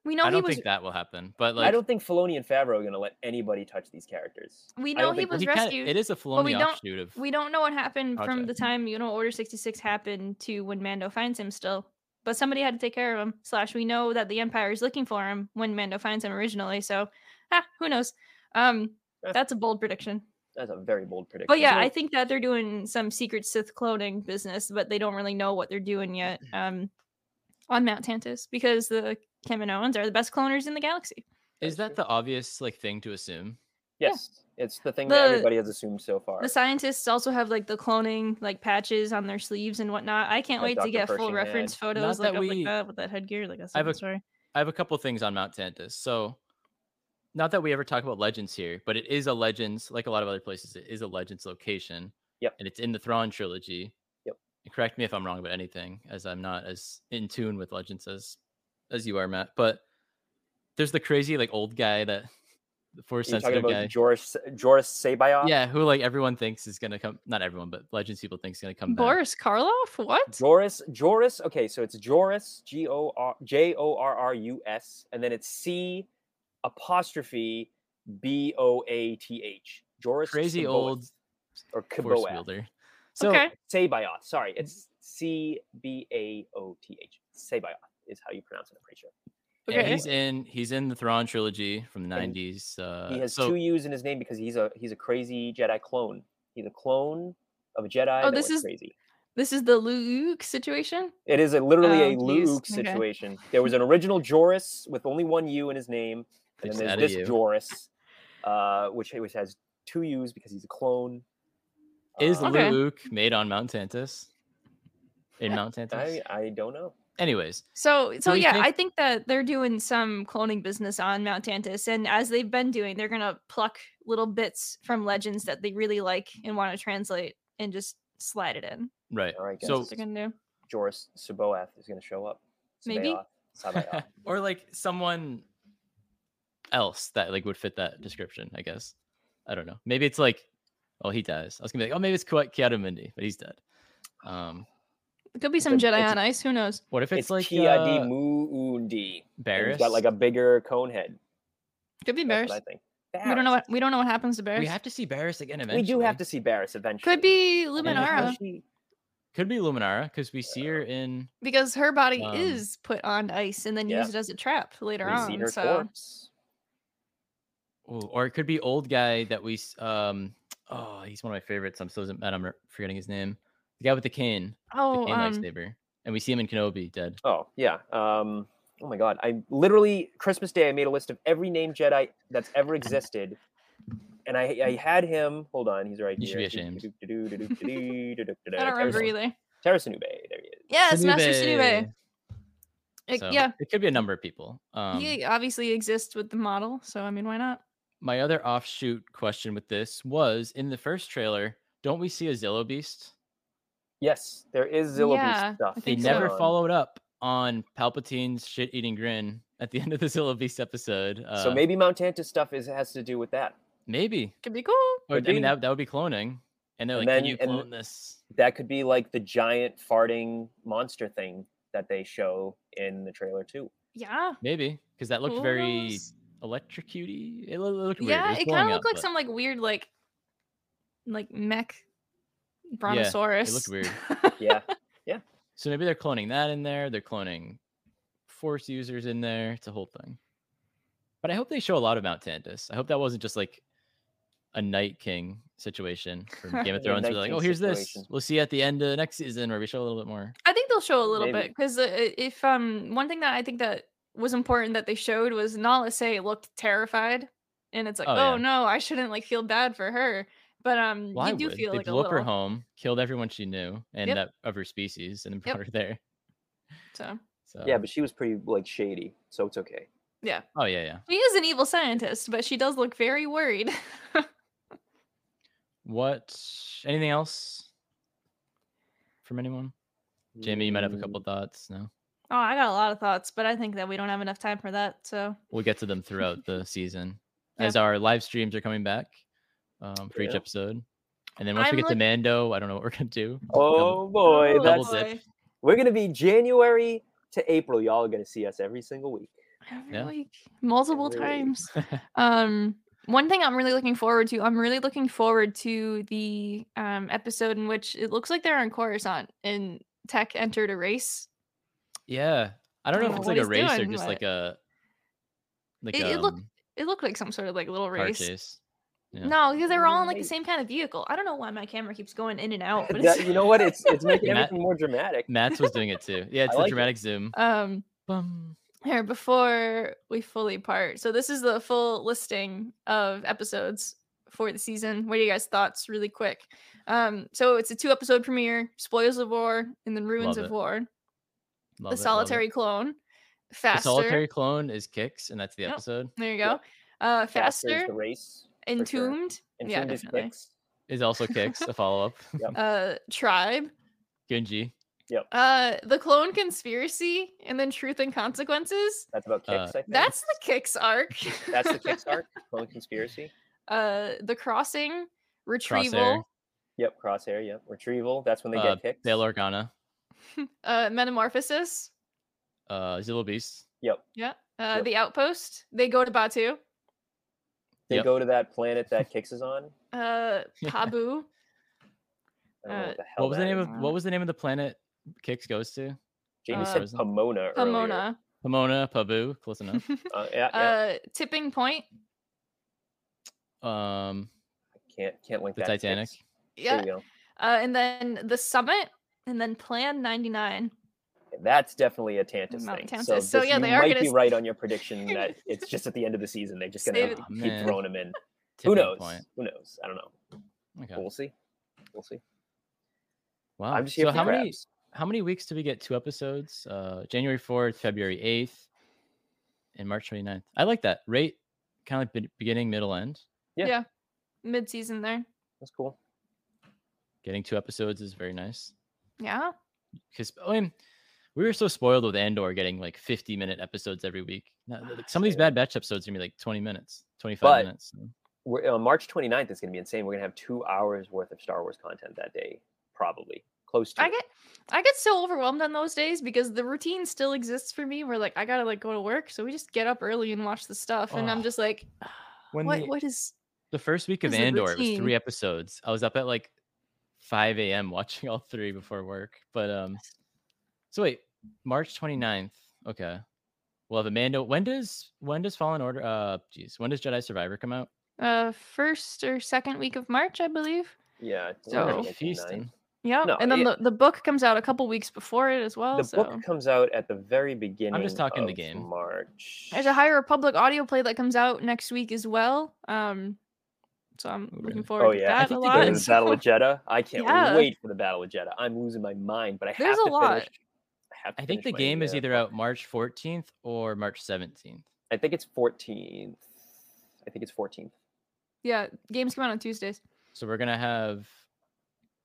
We know I he don't was. think that will happen. But I like, don't think Filoni and Favreau are going to let anybody touch these characters. we I know don't he think- was he kinda- rescued. it is a we Filoni don't- offshoot of. we don't know what happened from Project. the time you know Order sixty six happened to when Mando finds him still. But somebody had to take care of him. Slash, we know that the Empire is looking for him when Mando finds him originally. So, ah, who knows? Um, Yeah. that's a bold prediction. That's a very bold prediction. But yeah, You know, I think that they're doing some secret Sith cloning business, but they don't really know what they're doing yet um, on Mount Tantus because the Kaminoans are the best cloners in the galaxy. Is that's that the obvious like thing to assume? yeah. yes, it's the thing that The- everybody has assumed so far. The scientists also have like the cloning like patches on their sleeves and whatnot. I can't Like wait Dr. to get Pershing full had. reference photos Not like, that up we- like that with that headgear. Like that's I have a a- story. I have a couple things on Mount Tantus. So, not that we ever talk about Legends here, but it is a Legends, like a lot of other places, it is a Legends location. Yep. And it's in the Thrawn trilogy. Yep. And correct me if I'm wrong about anything, as I'm not as in tune with Legends as as you are, Matt. But there's the crazy like old guy that the force You're talking sensitive about guy. Joris Joris Sabayoff. yeah, who like everyone thinks is gonna come. Not everyone, but Legends people thinks is gonna come back. Boris Karloff? What? Joris Joris. Okay, so it's Joris G O R J O R R U S, and then it's C apostrophe B O A T H. Joris Crazy Sabaoth, old or force Kaboa. wielder. Mm-hmm. So okay. Sabayoth. Sorry, it's C B A O T H. Sabayoth is how you pronounce it. I'm pretty sure. and Okay. he's in he's in the Thrawn trilogy from the And 90s. Uh, he has so two U's in his name because he's a he's a crazy Jedi clone. He's a clone of a Jedi. Oh, that this went is- crazy. This is the Luke situation. It is a, literally a Oh, geez. Luke Okay. situation. There was an original Joris with only one U in his name, they and just then added there's you. this Joris, uh, which which has two U's because he's a clone. Is Uh, Okay. Luke made on Mount Tantus? In Mount Tantus? I, I don't know. Anyways, So, so we yeah, think- I think that they're doing some cloning business on Mount Tantus, and as they've been doing, they're gonna pluck little bits from legends that they really like and want to translate and just slide it in. right. All right, guys. That's So- what they're gonna do. Joris Saboath is going to show up. Maybe. Sabaoth, Sabaoth. or like someone else that like would fit that description, I guess. I don't know. Maybe it's like, oh, he dies. I was gonna be like, oh, maybe it's Ki- Keanu Mindy, but he's dead. Um, It could be some It's a- Jedi it's a- on ice. Who knows? what if it's, it's like Kia uh, di Muundi. and Barris? He's got like a bigger cone head. Could be That's Barris. what I think. We don't know Barris. what we don't know what happens to Barris. we have to see Barris again We eventually. do have to see Barris eventually. could be And if Luminara she- Could be Luminara because we see Uh. her in because her body Um, is put on ice and then yeah. used as a trap later We've seen on. her So corpse. Ooh, or it could be old guy that we s- um oh he's one of my favorites. I'm so z- mad I'm re- forgetting his name. The guy with the cane, the oh, cane um, lightsaber, and we see him in Kenobi dead. Oh yeah. Um, oh my God! I literally Christmas Day I made a list of every named Jedi that's ever existed, and I I had him. Hold on, he's right You should here. be ashamed. I don't remember either. Terrace Nube. There he is. Yes, Master Sinube. Sinube. Like, So, yeah, it could be a number of people. Um, he obviously exists with the model, so I mean, why not? My other offshoot question with this was in the first trailer. Don't we see a Zillow Beast? Yes, there is Zillow Yeah, Beast stuff. I They think so. never going on. followed up on Palpatine's shit-eating grin at the end of the Zillow Beast episode. Uh, so maybe Mount Tantus stuff is has to do with that. maybe. Could be cool. Or, I Could be. mean, that, that would be cloning. And they're And like, then- can you and- clone this? That could be like the giant farting monster thing that they show in the trailer too. Yeah. Maybe because that looked Who very knows? electrocuty. It loo- looked weird. Yeah, was it blowing kind of up, looked like but some like weird like like mech it brontosaurus. weird. Yeah. So maybe they're cloning that in there. They're cloning force users in there. It's a whole thing. But I hope they show a lot of Mount Tantus. I hope that wasn't just like a Night King situation from Game A of Thrones. where Night they're like, King oh, here's situation. this. We'll see you at the end of next season where we show a little bit more. I think they'll show a little Maybe. bit because uh, i- if um one thing that I think that was important that they showed was Nala Say looked terrified, and it's like, Oh, oh, yeah. no, I shouldn't like feel bad for her, but um Why you do would feel they like a blew up her little home, killed everyone she knew, and Yep. that of her species, and then Yep. brought her there. so So Yeah, but she was pretty like shady, so it's okay. oh yeah, yeah. she is an evil scientist, but she does look very worried. What? Anything else from anyone? Jamie, you might Mm. have a couple thoughts. No, Oh, I got a lot of thoughts, but I think that we don't have enough time for that. So we'll get to them throughout the season Yeah. as our live streams are coming back um, for each Yeah. episode. And then once I'm we get to look- Mando, I don't know what we're gonna do. Double- Oh boy, Double that's dip. We're gonna be January to April, y'all are gonna see us every single week. Every Yeah. week, multiple Every week. times. Um, one thing I'm really looking forward to, I'm really looking forward to the um, episode in which it looks like they're on Coruscant and Tech entered a race. yeah. I don't know if it's what like a he's race or doing, just but- like a like It- a it looked It looked like some sort of like little car race. chase. Yeah. No, because they were all in like the Right. same kind of vehicle. I don't know why my camera keeps going in and out, but That- it's, you know what? It's it's making Matt- everything more dramatic. Matt's was doing it too. Yeah, it's I the like it. dramatic zoom. um Bum. here before we fully part. So this is the full listing of episodes for the season. What are you guys' thoughts, really quick? Um, so it's a two episode premiere: spoils of war and then ruins Love of it. war. Love it, love it. the solitary clone, The faster. solitary clone is kicks, and that's the Yep. episode. There you go. Yep. Uh, Faster faster, is the race. for sure. entombed. And Yeah, Fiend is definitely. Kicks. Is also kicks, a follow up. Yep. Uh, tribe. Gunji. Uh, the clone conspiracy, and then truth and consequences. That's about kicks. Uh, I think. That's the kicks arc. that's the Kickstart. Clone conspiracy. uh, the crossing, retrieval. Yep. Crosshair. Yep. Retrieval. That's when they Uh, get kicked. Bail Organa. uh, metamorphosis. Uh, Zillow Beast. Yep. Yeah. Uh, Yep. the outpost. They go to Batu. They Yep. go to that planet that kicks is on. Uh, I don't know Pabu. Uh, what the hell. What was the that name is. of What was the name of the planet kicks goes to? Jamie uh, said Pomona. earlier. Pomona. Pomona, Pabu, close enough. Uh, yeah, yeah. uh, tipping point. Um, can't can't link the that. to Titanic. Kicks. Yeah. There you go. Uh, and then the summit, and then Plan 99. That's definitely a Tantus Mount thing. Tantus. So, this- yeah, you they are might gonna be s- right on your prediction that it's just at the end of the season. They're just gonna Save it. keep Oh, man. throwing them in. Who tipping knows? Point. Who knows? I don't know. Okay. We'll see. We'll see. Wow. I'm just here so for how many grabs. how many weeks do we get? Two episodes. Uh, January fourth, February eighth, and March 29th. I like that rate, kind of like be- beginning, middle, end. Yeah. yeah. Mid season there. That's cool. Getting two episodes is very nice Yeah. because I mean, we were so spoiled with Andor getting like 50 minute episodes every week. Now, like, some of these Same. bad batch episodes are gonna be like 20 minutes, 25 Ah, But- minutes. so- We're, uh, March 29th is going to be insane. We're going to have two hours worth of Star Wars content that day, probably close to. I it. get I get so overwhelmed on those days because the routine still exists for me. We're like, I gotta like go to work, so we just get up early and watch the stuff, and I'm Ugh. just like, When what the- what is? The first week of Is the Andor, it was routine. three episodes. I was up at like 5 a.m. watching all three before work. But um, so wait, March 29th. Okay, we'll have Amanda. When does when does Fallen Order? Uh, geez, when does Jedi Survivor come out? Uh, first or second week of March, I believe. Yeah. it's We're gonna be gonna So- be like the feasting. ninth. Yeah, No, and then it- the, the book comes out a couple weeks before it as well. The so book comes out at the very beginning. talking the of game. March. there's a High Republic audio play that comes out next week as well. Um, so I'm Oh, looking really? forward Oh to yeah, I that a think lot. the Battle of so- Jeddah. I can't Yeah. wait for the Battle of Jeddah. I'm losing my mind, but I There's have a to lot. finish. I, have to I finish think the my, game is uh, either out March 14th or March 17th. I think it's 14th. I think it's 14th. yeah, games come out on Tuesdays. So we're gonna have.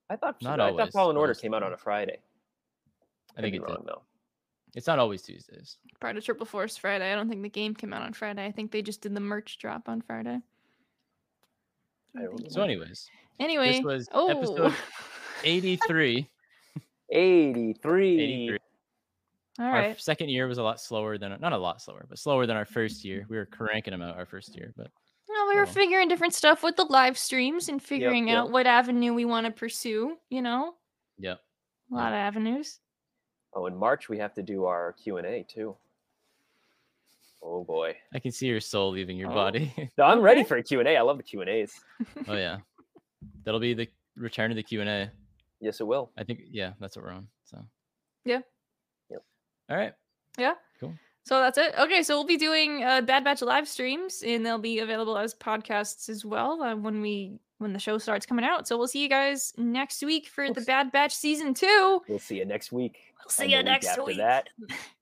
I thought Not I always, thought Fallen but Order it's- came out on a Friday. I think Could it's be wrong though. it's not always Tuesdays. Part of Triple Force Friday. I don't think the game came out on Friday. I think they just did the merch drop on Friday. I I'm don't thinking So, about- anyways, anyway, this was oh, episode 83. 83. 83. all our right. second year was a lot slower than not a lot slower, but slower than our first year. We were cranking them out our first year, but Well, we were Oh. figuring different stuff with the live streams and figuring out yep. what avenue we want to pursue. You know, yeah, a lot of avenues. Oh, in March we have to do our Q and A too. Oh boy. I can see your soul leaving your Oh. body. No, I'm ready Okay. for a Q and A. I love the Q and A's. oh yeah, that'll be the return of the Q and A. Yes, it will. I think yeah, that's what we're on. So Yeah. Yep. All right. So that's it. Okay, so we'll be doing uh, Bad Batch live streams, and they'll be available as podcasts as well uh, when we when the show starts coming out. So we'll see you guys next week for the Oops. Bad Batch season two. We'll see you next week. We'll see and you the week next after week. that,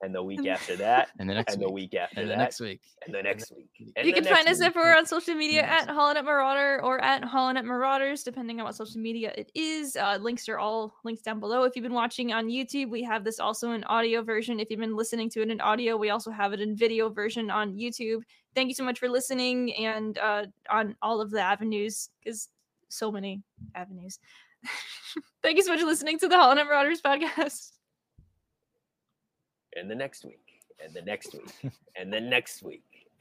and the week after that, And the next and week. the week after and the that, next week. and the next week. and you the can find next us week. everywhere on social media Yes. at Holonet Marauder or at Holonet Marauders, depending on what social media it is. Uh, links are all links down below. If you've been watching on YouTube, we have this also in audio version. If you've been listening to it in audio, we also have it in video version on YouTube. Thank you so much for listening and uh, on all of the avenues, because so many avenues. Thank you so much for listening to the Holonet Marauders podcast. and the next week, and the next week, and the next week,